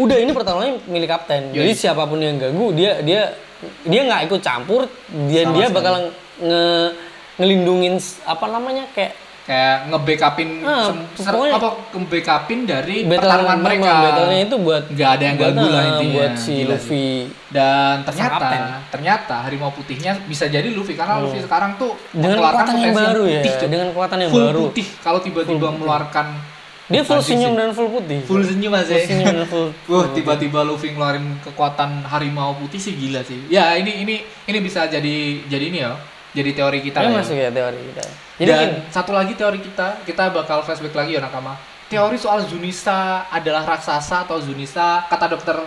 udah ini pertarungannya milik
Iya,
kapten jadi siapapun yang ganggu dia dia dia nggak ikut campur dia
Sama
dia
sekali.
bakal nge ngelindungin s- apa namanya kayak
Kayak nge-backupin
Ah,
sem- ser-
pokoknya-
apa nge-backupin dari
battle
pertarungan mereka.
battlenya itu buat
Nggak ada yang
buat,
ganggu lah
eh,
intinya.
buat si
Gila sih.
Luffy
Dan
kapten. Oh.
ternyata, ternyata harimau putihnya bisa jadi Luffy karena Luffy sekarang tuh
dengan
mengeluarkan
kekuatan yang
potensi
baru ya
putih, cuy.
dengan kekuatan yang
full
baru
putih kalau tiba-tiba mengeluarkan
dia full
Anjing
senyum
sih.
dan full putih
full senyum aja.
Full senyum dan full
Wah, tiba-tiba Luffy ngeluarin kekuatan harimau putih sih gila sih. Ya, ini ini ini bisa jadi jadi ini ya. Jadi teori kita lah
Ini
ya.
masuk ya teori kita jadi
Dan
gini,
satu lagi teori kita, kita bakal flashback lagi ya Nakama. Teori soal Zunisa adalah raksasa atau Zunisa kata dokter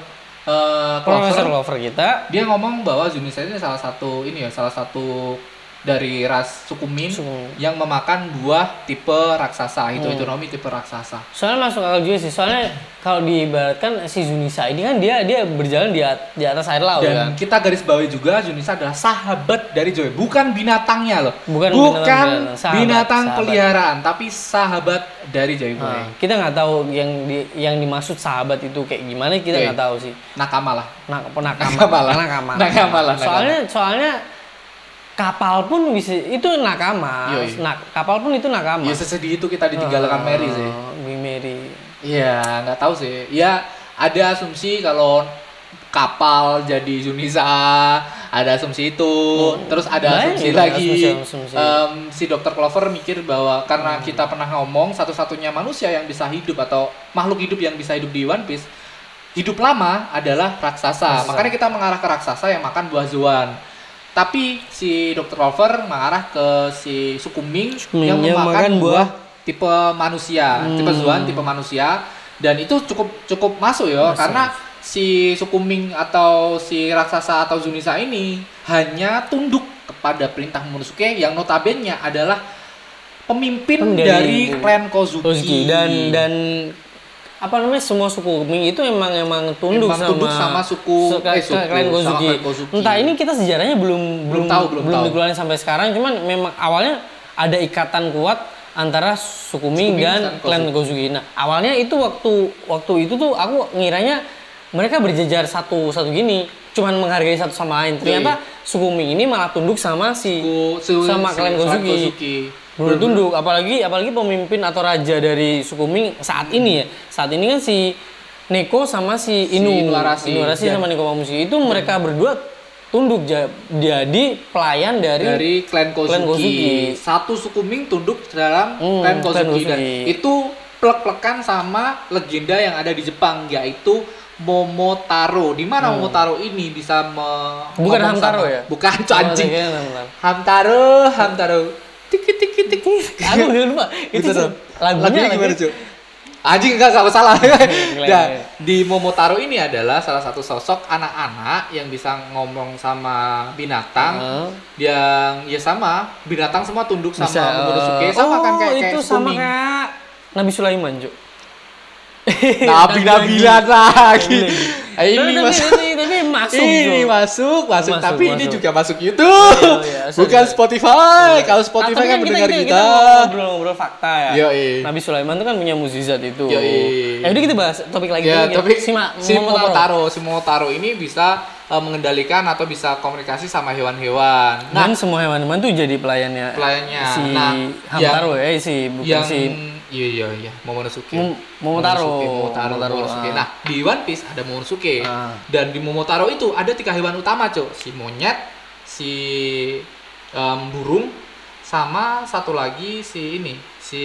eh,
Profesor
Clover
Clover kita
dia ngomong bahwa Zunisa ini salah satu ini ya salah satu dari ras suku Min
Suku. Hmm.
yang memakan buah tipe raksasa itu ekonomi tipe raksasa
soalnya masuk akal juga sih soalnya kalau diibaratkan si Zunisa ini kan dia dia berjalan di, at- di atas air laut kan
dan kita garis bawahi juga Zunisa adalah sahabat dari Joy bukan binatangnya loh
Bukan
Bukan
binatang- eh, sahabat,
binatang
sahabat.
peliharaan tapi sahabat dari Joy Boy
Nah, kita nggak tahu yang di, yang dimaksud sahabat itu kayak gimana kita
Oke.
nggak tahu sih
nakama lah
nah penakama
Nakama lah.
nakama
Nakama lah, nakama.
soalnya soalnya kapal pun bisa itu nakama
Yoi.
Nah, kapal pun itu nakama
ya sesedih itu kita ditinggalkan Mary sih
Oh, Bi Mary
Iya, nggak tahu sih. Ya ada asumsi kalau kapal jadi Zunisa, ada asumsi itu. Terus ada Oh,
Banyak
asumsi Hmm.
ya,
lagi
asumsi-asumsi.
em, si Dokter Clover mikir bahwa karena kita pernah ngomong satu-satunya manusia yang bisa hidup atau makhluk hidup yang bisa hidup di One Piece hidup lama adalah raksasa. Makanya kita mengarah ke raksasa yang makan buah zuan. Tapi si Dr. Clover mengarah ke si suku Ming
Ming
yang,
yang makan
memakan buah
buah.
tipe manusia,
Hmm.
tipe zuan, tipe manusia dan itu cukup cukup masuk ya karena si suku Ming atau si raksasa atau Zunisa ini hanya tunduk kepada perintah Momonosuke yang notabene adalah pemimpin
Dari-
dari, klan Kozuki.
Kozuki dan dan apa namanya semua suku Ming itu emang emang tunduk
Emang
sama
tunduk sama suku-
suka-
eh, suku,
ke klan
sama
Kozuki.
klan Kozuki.
Entah ini kita sejarahnya belum
Belum tahu, belum tahu.
dikeluarin sampai sekarang cuman memang awalnya ada ikatan kuat antara suku Ming
Ming
dan
dan
klan Kozuki. Nah, awalnya itu waktu waktu itu tuh aku ngiranya mereka berjejar satu satu gini, cuman menghargai satu
Iya,
sama lain. Ternyata Sukumi ini malah tunduk sama si
Ku- su-
sama
su-
Clan
Surat
Gozuki. Menurut tunduk, apalagi apalagi pemimpin atau raja dari suku Ming saat ini ya. Saat ini kan si Neko sama si Inu,
Inuarashi.
Inuarashi
Iya.
sama Neko Mamushi itu mereka berdua tunduk ja- jadi pelayan dari,
dari Clan Kozuki.
Iya. Clan Kozuki.
Satu suku Ming tunduk dalam
Hmm,
Clan Kozuki,
Clan Kozuki.
dan itu plek-plekan sama legenda yang ada di Jepang yaitu Momotaro. Di mana Momotaro ini bisa me
Hmm. Bukan
ngomong
Hamtaro
sama-
ya?
Bukan
Oh,
anjing.
kayaknya nonton.
Hamtaro, Hamtaro. Tiki tiki tiki.
Aku udah lupa.
Gitu
Itu
dong.
lagunya lagi.
gimana, Cuk? Anjing enggak kalau salah.
Gila,
Nah,
gila.
di Momotaro ini adalah salah satu sosok anak-anak yang bisa ngomong sama binatang
Heeh.
yang ya sama binatang semua tunduk sama Momonosuke sama
oh,
kan kayak kayak
itu
suku
sama
Ming.
kayak Nabi Sulaiman, Cuk.
Nabi nabilan lagi. Eh,
Tapi-
ini
tapi-
masuk
tapi, tapi masuk,
ini
Cuk.
masuk, masuk,
Masuk,
tapi ini
masuk.
juga masuk YouTube.
Iya, iya, sorry,
Bukan
sorry.
Spotify. Kalau
Nah, Tapi
Spotify kan mendengar kita.
kita mau ngobrol-ngobrol fakta ya.
Yoi.
Nabi Sulaiman tuh kan punya muzizat itu.
Yoi.
Ya udah kita bahas topik lagi.
Ya,
dulu, gitu.
tapi
Si, Ma,
si
Momotaro.
Momotaro, si Momotaro ini bisa eh, mengendalikan atau bisa komunikasi sama hewan-hewan. Nah,
Dan semua hewan-hewan tuh jadi pelayannya.
Pelayannya.
Si
Nah,
Hamtaro ya, eh, si bukan
yang
si
iya iya iya Momonosuke.
Mom- Momotaro.
Momonosuke, Momotaro,
Momotaro,
Momonosuke.
ah.
Nah, di One Piece ada Momonosuke.
Ah.
Dan di Momotaro itu ada tiga hewan utama, Cok. Si monyet, si em, burung, sama satu lagi si ini, si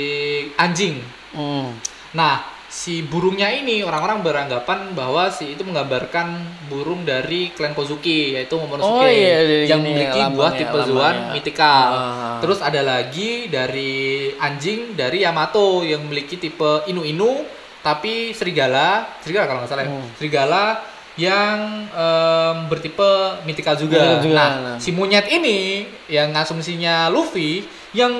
anjing.
Hmm.
Nah, si burungnya ini orang-orang beranggapan bahwa si itu menggambarkan burung dari klan Kozuki yaitu Momonosuke
Oh, iya, dari
yang
ini
memiliki
ya,
buah
lambangnya,
tipe
lambangnya.
Zuan mythical.
Ah.
Terus ada lagi dari anjing dari Yamato yang memiliki tipe Inu-Inu tapi serigala, serigala kalau nggak salah
Hmm.
ya. Serigala yang em, bertipe mythical juga.
Mythical juga,
Nah,
nah.
si monyet ini yang asumsinya Luffy yang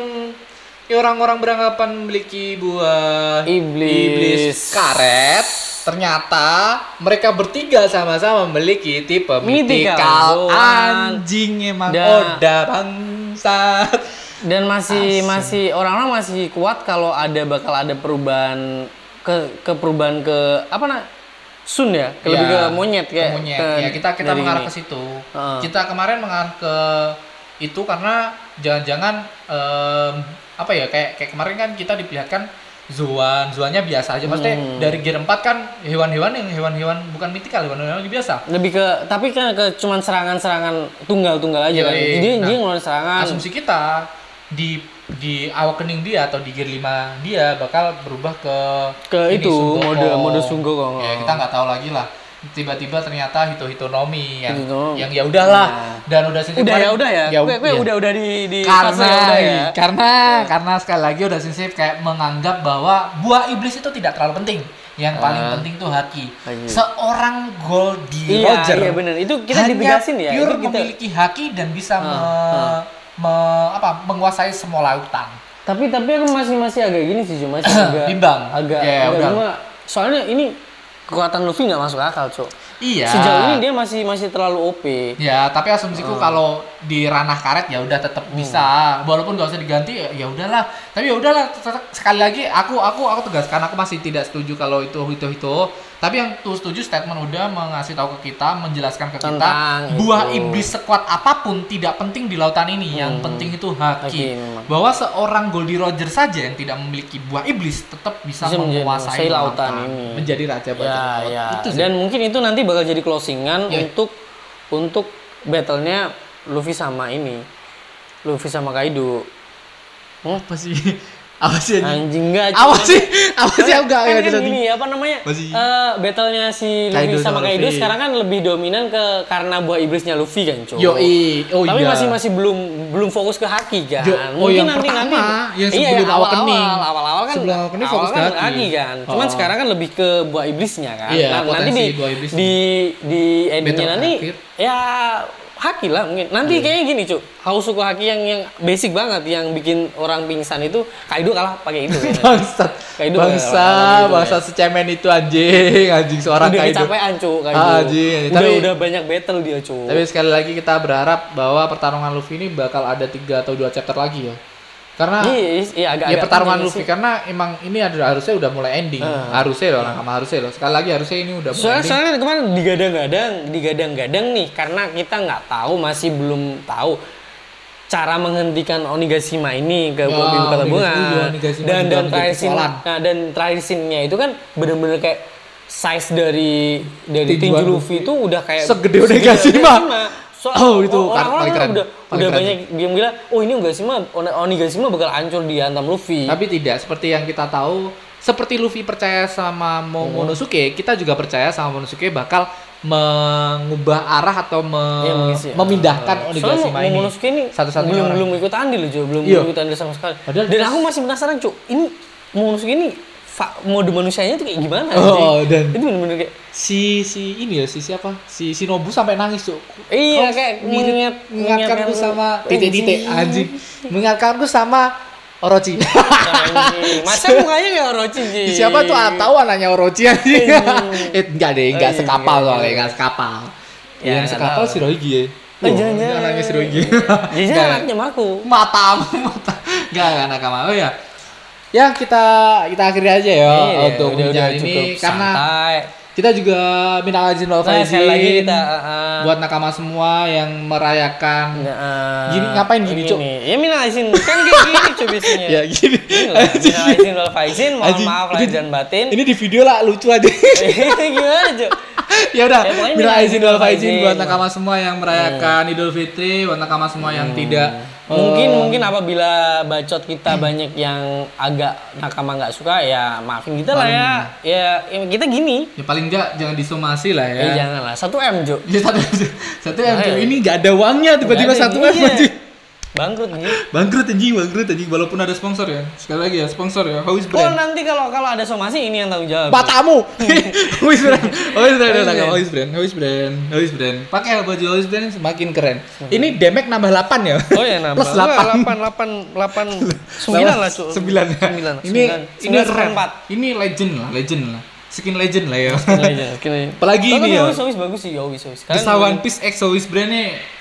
ya orang-orang beranggapan memiliki buah
Iblis.
karet ternyata mereka bertiga sama-sama memiliki tipe
Mythical
mythical
Zoan.
anjing emang
Da-
Oda bangsat
Dan masih masih orang-orang masih kuat kalau ada bakal ada perubahan ke ke perubahan ke apa nak Sun ya, ke lebih ke
Ya,
monyet
ke
kayak.
monyet.
ke-
ya kita kita
dari
mengarah
ini.
ke
Ah.
situ
Heeh.
kita kemarin mengarah ke itu karena jangan-jangan em, apa ya kayak kayak kemarin kan kita diperlihatkan Zuan, Zuannya biasa aja. Maksudnya
Hmm.
dari Gear 4 kan hewan-hewan yang hewan-hewan bukan mitikal, hewan-hewan yang biasa.
lebih ke tapi kan ke cuman serangan-serangan tunggal-tunggal aja kan.
Yoi.
Jadi
Nah,
dia ngeluarin serangan.
asumsi kita di di awakening dia atau di gear 5 dia bakal berubah ke
Ke
ini,
itu,
Sunggokong.
mode- mode Sunggokong.
Ya, kita nggak tahu lagi lah. Tiba-tiba ternyata Hito Hitonomi yang
Hitonomi.
yang ya udahlah dan udah sini
udah
kemarin-
ya udah ya. Gue gue
iya.
udah udah di di fase
karena
ya, udah ya.
karena karena sekali lagi udah sensitif kayak menganggap bahwa buah iblis itu tidak terlalu penting. Yang paling penting tuh haki. Seorang Goldie
Ah. Iya,
Roger
iya benar. Itu kita
hanya
ditegasin ya.
Pure
Itu kita, Ah,
memiliki haki dan bisa me- me- apa, menguasai semua lautan.
tapi tapi aku masih masih agak gini sih cuma sih agak
Bimbang.
Agak
Ya,
agak
udah.
cuma soalnya ini kekuatan Luffy nggak masuk akal, Cok.
Iya.
Sejauh ini dia masih masih terlalu OP.
Ya, tapi asumsiku
Ah.
kalau di ranah karet ya udah tetap
Hmm.
bisa. Walaupun gak usah diganti ya- ya udahlah. Tapi ya udahlah tetap- sekali lagi aku aku aku tegaskan aku masih tidak setuju kalau itu itu itu. Tapi yang tuh setuju statement udah mengasih tahu ke kita, menjelaskan ke kita
Tentang
buah
itu. Hmm.
iblis sekuat apapun tidak penting di lautan ini. Yang penting itu haki.
Haki, memang.
Bahwa seorang Goldie Roger saja yang tidak memiliki buah iblis tetap bisa,
Bisa menjadi-
menguasai
menguasai lautan
lautan,
ini.
menjadi raja bajak laut.
Ya, ya.
Iya, Itu sih.
Dan mungkin itu nanti bakal jadi closingan
Ya.
untuk untuk battle-nya Luffy sama ini. Luffy sama Kaido.
apa sih? Apa sih? ini?
Anjing enggak
apa sih apa sih aku gak
Kan,
ngerti
kan
ya tadi.
gini apa namanya?
Masih-
eh, battle-nya si Luffy
Kaido sama
sama Kaido
Luffy.
sekarang kan lebih dominan ke karena buah iblisnya Luffy kan, Cok.
Yoi. oh
Tapi
iya
masih masih belum belum fokus ke haki kan.
Yo- oh, yang pertama, yang
Iya,
sebelum
awal-awal,
Awakening.
Awal-awal kan
Sebelum Awakening fokus
awal-awal
ke
kan
haki.
haki kan. Cuman
Oh.
sekarang kan lebih ke buah iblisnya kan.
Iya,
Nah, nanti
potensi
di
buah iblisnya.
di di endingnya
Battle Iya.
nanti
akhir.
ya haki lah mungkin. Nanti kayaknya gini, Cuk. Hausuko haki yang yang basic banget yang bikin orang pingsan itu Kaido kalah pakai itu. Iya. kayaknya.
bangsat
Kaido
bangsa
kayak orang gitu,
bangsa secemen itu anjing anjing seorang
udah
kaido
kecapean, Cuk, Kaido.
Ah, anjing.
Udah
Tapi-
udah banyak battle dia, Cuk.
tapi sekali lagi kita berharap bahwa pertarungan Luffy ini bakal ada tiga atau dua chapter lagi ya Karena
Iya, iya, iya, agak
ya
agak
pertarungan
penting
Luffy
sih.
karena emang ini ada harusnya udah mulai ending.
Ah.
Harusnya loh, nakama harusnya loh. Sekali lagi harusnya ini udah mulai
Soalnya,
ending.
soalnya kemarin digadang-gadang, digadang-gadang nih karena kita nggak tahu masih belum tahu cara menghentikan Onigashima ini ke
Ya,
Bumi Bukata
Onigashima
Bunga
juga, Onigashima
dan
juga
dan
menjadi
traisin
persoalan.
nah, dan traisinnya itu kan bener-bener kayak size dari dari
Tinjuan
tinju
Luffy.
Luffy itu udah kayak
Segede Onigashima.
So,
Oh, itu paling
orang-orang
keren.
udah
Paling
udah
keren.
banyak diam bilang, oh ini Onigashima, Oni- Onigashima bakal hancur dihantam Luffy.
Tapi tidak seperti yang kita tahu, seperti Luffy percaya sama
Hmm.
Momonosuke, kita juga percaya sama Momonosuke bakal mengubah arah atau me-
Iya, mungkin sih.
memindahkan Onigashima
Soalnya
Oh, ini.
Momonosuke ini
satu-satunya
belum
orang.
belum ikut andil loh, Jo. belum
Iya.
ikut andil sama sekali.
Padahal
dan
dia-
aku masih penasaran, Cuk. Ini Momonosuke ini fa- mode manusianya tuh kayak gimana
Oh, dan-
Itu bener-bener kayak
si si ini ya si siapa si Shinobu sampai nangis tuh
Iya,
Kau
kayak
mirip-
mengingat-
mengingatkanku
mengingatkan-
sama
anjing.
titik-titik anjing mengingatkanku sama Orochi
anjing. Nah, Masa mukanya kayak Orochi sih?
Si siapa tuh ah, tahu anaknya Orochi anjing
Iya.
eh enggak deh enggak
Anjing,
sekapal
enggak,
soalnya
enggak.
enggak sekapal
iya, Ya,
yang
enggak
sekapal
tahu.
si Roigi ya
Eh,
Wah,
jangan-
ini anaknya si Roigi
Jadi
Enggak.
Iya, anaknya aku.
matamu mata enggak enggak nakama oh ya ya kita kita akhiri aja ya untuk perbincangan ini karena
Iya, santai.
kita juga minta izin wal
Nah, sekali lagi
faizin
kita ah, ah.
buat nakama semua yang merayakan
Nah, ah,
Gini, ngapain gini, Cuk?
Ya minal izin, kan kayak gini Cuk biasanya.
ya gini
Inilah,
Anjing.
Minal izin wal iya, faizin, mohon
Anjing.
maaf lahir dan batin.
ini di video lah lucu aja
Gimana, Cuk?
ya udah
Ya, pokoknya Hmm.
minal
minal
izin
izin
wal
wal
faizin
faizin.
buat nakama semua yang merayakan Idul Fitri buat nakama semua
Hmm.
yang tidak
Mungkin
eh,
mungkin apabila bacot kita banyak yang agak nakama nggak suka ya maafin kita lah ya. ya. ya kita gini.
ya paling enggak jangan disomasi lah
Eh
ya
janganlah. Satu M, Juk.
Ya, satu satu yang
Nah, ya.
ini nggak ada uangnya tiba-tiba
Nggak ada,
satu M
iya.
anjing.
Bangkrut gitu.
bangkrut anjing bangkrut anjing walaupun ada sponsor ya sekali lagi ya sponsor ya Hois
Oh
Brand
nanti kalau kalau ada somasi ini yang tanggung jawab.
Matamu. Hois brand. Hois brand.
Hois
Hois
brand.
brand. Hois brand. Hois brand. Pakai baju Hois brand yang semakin keren. Ini demek nambah 8 ya.
Hmm. Oh ya nambah.
Plus 8.
8 8 8 9 lah, Cuk.
9.
Sembilan,
Ini
sembilan.
ini
Sembilan
keren.
seperempat.
Ini legend lah, legend lah. Skin legend lah ya.
Gini aja, gini aja.
Apalagi
Tapi
ini ya.
Yowis, Yowis bagus sih, Yowis, Yowis. Kalian-
Bisa One Piece X Hois brand nih.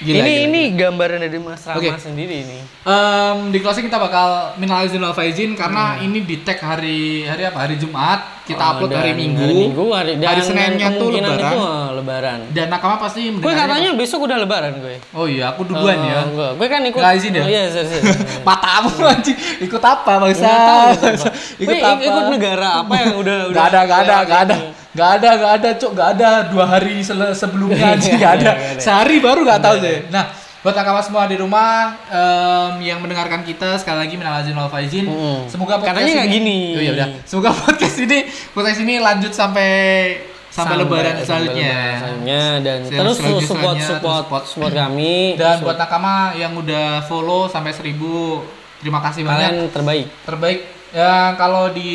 Gila,
ini
gila,
ini gambaran dari Mas Rama
Oke.
sendiri ini.
Em, di closing kita bakal minal izin wal faizin karena ini di tag hari hari apa hari Jumat kita
Hmm. Oh,
upload
dan
hari Minggu
Hari Minggu hari, dan,
hari Seninnya
dan
tuh
kemungkinan
lebaran
itu, eh, lebaran.
dan nakama pasti
Gue
mendengarnya
katanya besok udah lebaran gue.
pas- oh iya aku duluan
Eh,
ya
Gue, gue kan ikut.
Nggak izin ya?
Oh, Iya, serius. serius.
matamu anjing ikut apa bangsa
Iya. Nggak tahu ikut apa.
ikut
Wih,
apa
ikut negara apa yang udah
Gak
udah
ada, gak ada,
lewat
gak ada,
ini?
gak ada, gak ada, cok, gak ada. Dua hari sele-
Iya,
sebelumnya aja gak ada. Sehari baru gak tahu deh. Nah, buat nakama semua di rumah em, yang mendengarkan kita sekali lagi minal izin wal faizin. Semoga podcast
Katanya nggak
ini-
gini.
Oh, iya udah. Semoga podcast ini podcast ini lanjut sampai sampai, lebaran
sampai
selanjutnya.
lebaran selanjutnya dan
Sampai
terus
selanjutnya,
support
terus
support
support.
support kami
Dan
Support
buat nakama yang udah follow sampai 1000 terima kasih banyak
kalian terbaik
terbaik ya kalau di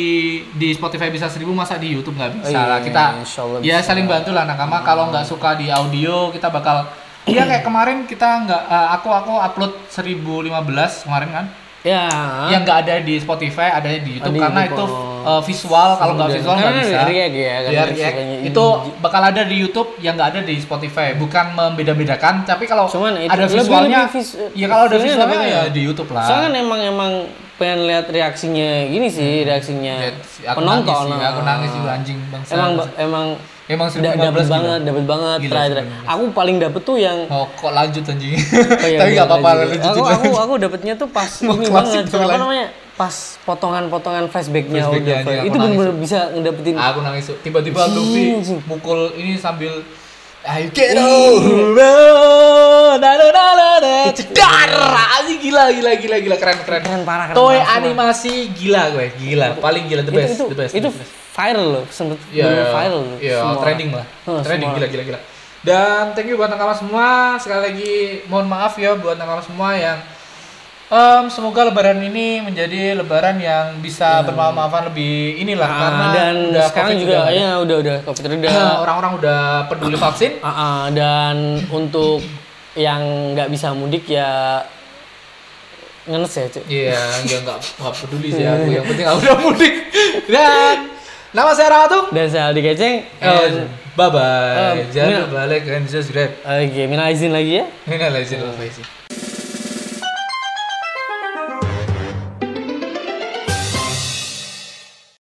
di Spotify bisa seribu masa di YouTube nggak bisa
Oh, iya,
lah kita
insya Allah
ya
bisa.
saling bantu lah nakama kalau nggak suka di audio kita bakal Iya kayak kemarin kita nggak eh, aku aku upload 1015 kemarin kan
ya
yang nggak ada di Spotify adanya di YouTube
di
karena itu
YouTube, oh.
eh, visual kalau nggak
Udah.
visual nggak
Karena
bisa
ada react ya, karena
Iya, react.
sukanya
itu bakal ada di YouTube yang nggak ada di Spotify bukan membeda-bedakan tapi kalau
Cuman itu
ada
lebih-
visualnya
lebih vis-
ya kalau ada
visualnya
visualnya
lebih-
ya di YouTube lah
soalnya kan emang emang pengen lihat reaksinya gini sih reaksinya
Ya, aku
penonton
nangis, ya, aku
Nah.
nangis juga anjing bangsa
emang emang
Emang 1015
da- dapet
gila.
banget dapet banget
gitu. Gila,
terakhir terakhir. aku paling dapet tuh yang
Oh, kok lanjut anjing.
Oh iya,
Tapi
iya,
nggak apa-apa
iya.
lanjut.
Aku, aku
lanjut.
aku dapetnya tuh pas
Mau
ini
klasik
banget.
dong,
Apa
lanjut.
namanya? Pas potongan-potongan flashbacknya
Flashbacknya
Old
aja,
Flash.
aku
Itu
nangis Ah.
bener-bener bisa ngedapetin.
Aku nangis. tuh. Tiba-tiba Luffy
Anjing.
mukul ini sambil Ayo get over. Cedar. Anjing gila gila gila gila keren keren.
Keren parah, keren
Toei
parah semua.
animasi gila gue, gila. Paling gila the
Itu-
best,
itu,
the best.
Itu
the best.
viral loh, sempet
Iya,
bener-bener
iya.
viral. loh.
Iya,
Semua.
trending lah.
Heeh,
trending
semua.
gila gila gila. Dan thank you buat nakama semua. Sekali lagi mohon maaf ya buat nakama semua yang em, semoga lebaran ini menjadi lebaran yang bisa bermanfaat lebih inilah
Iya. Ah,
karena
dan
udah
sekarang
COVID kan
juga
udah-
ya udah udah covid reda.
Ah, orang-orang udah peduli vaksin.
Ah, ah, dan untuk yang nggak bisa mudik ya ngenes ya, Cuk.
Iya, enggak enggak enggak peduli sih
Iya.
aku. Yang penting aku udah mudik. Dan nama saya Ramatung.
Dan saya Aldi Keceng. eh,
And
and-
bye bye.
Em,
Jangan
Mil-
lupa like and subscribe.
Oke, minal izin lagi ya.
Ini lah izin Pak Faizi.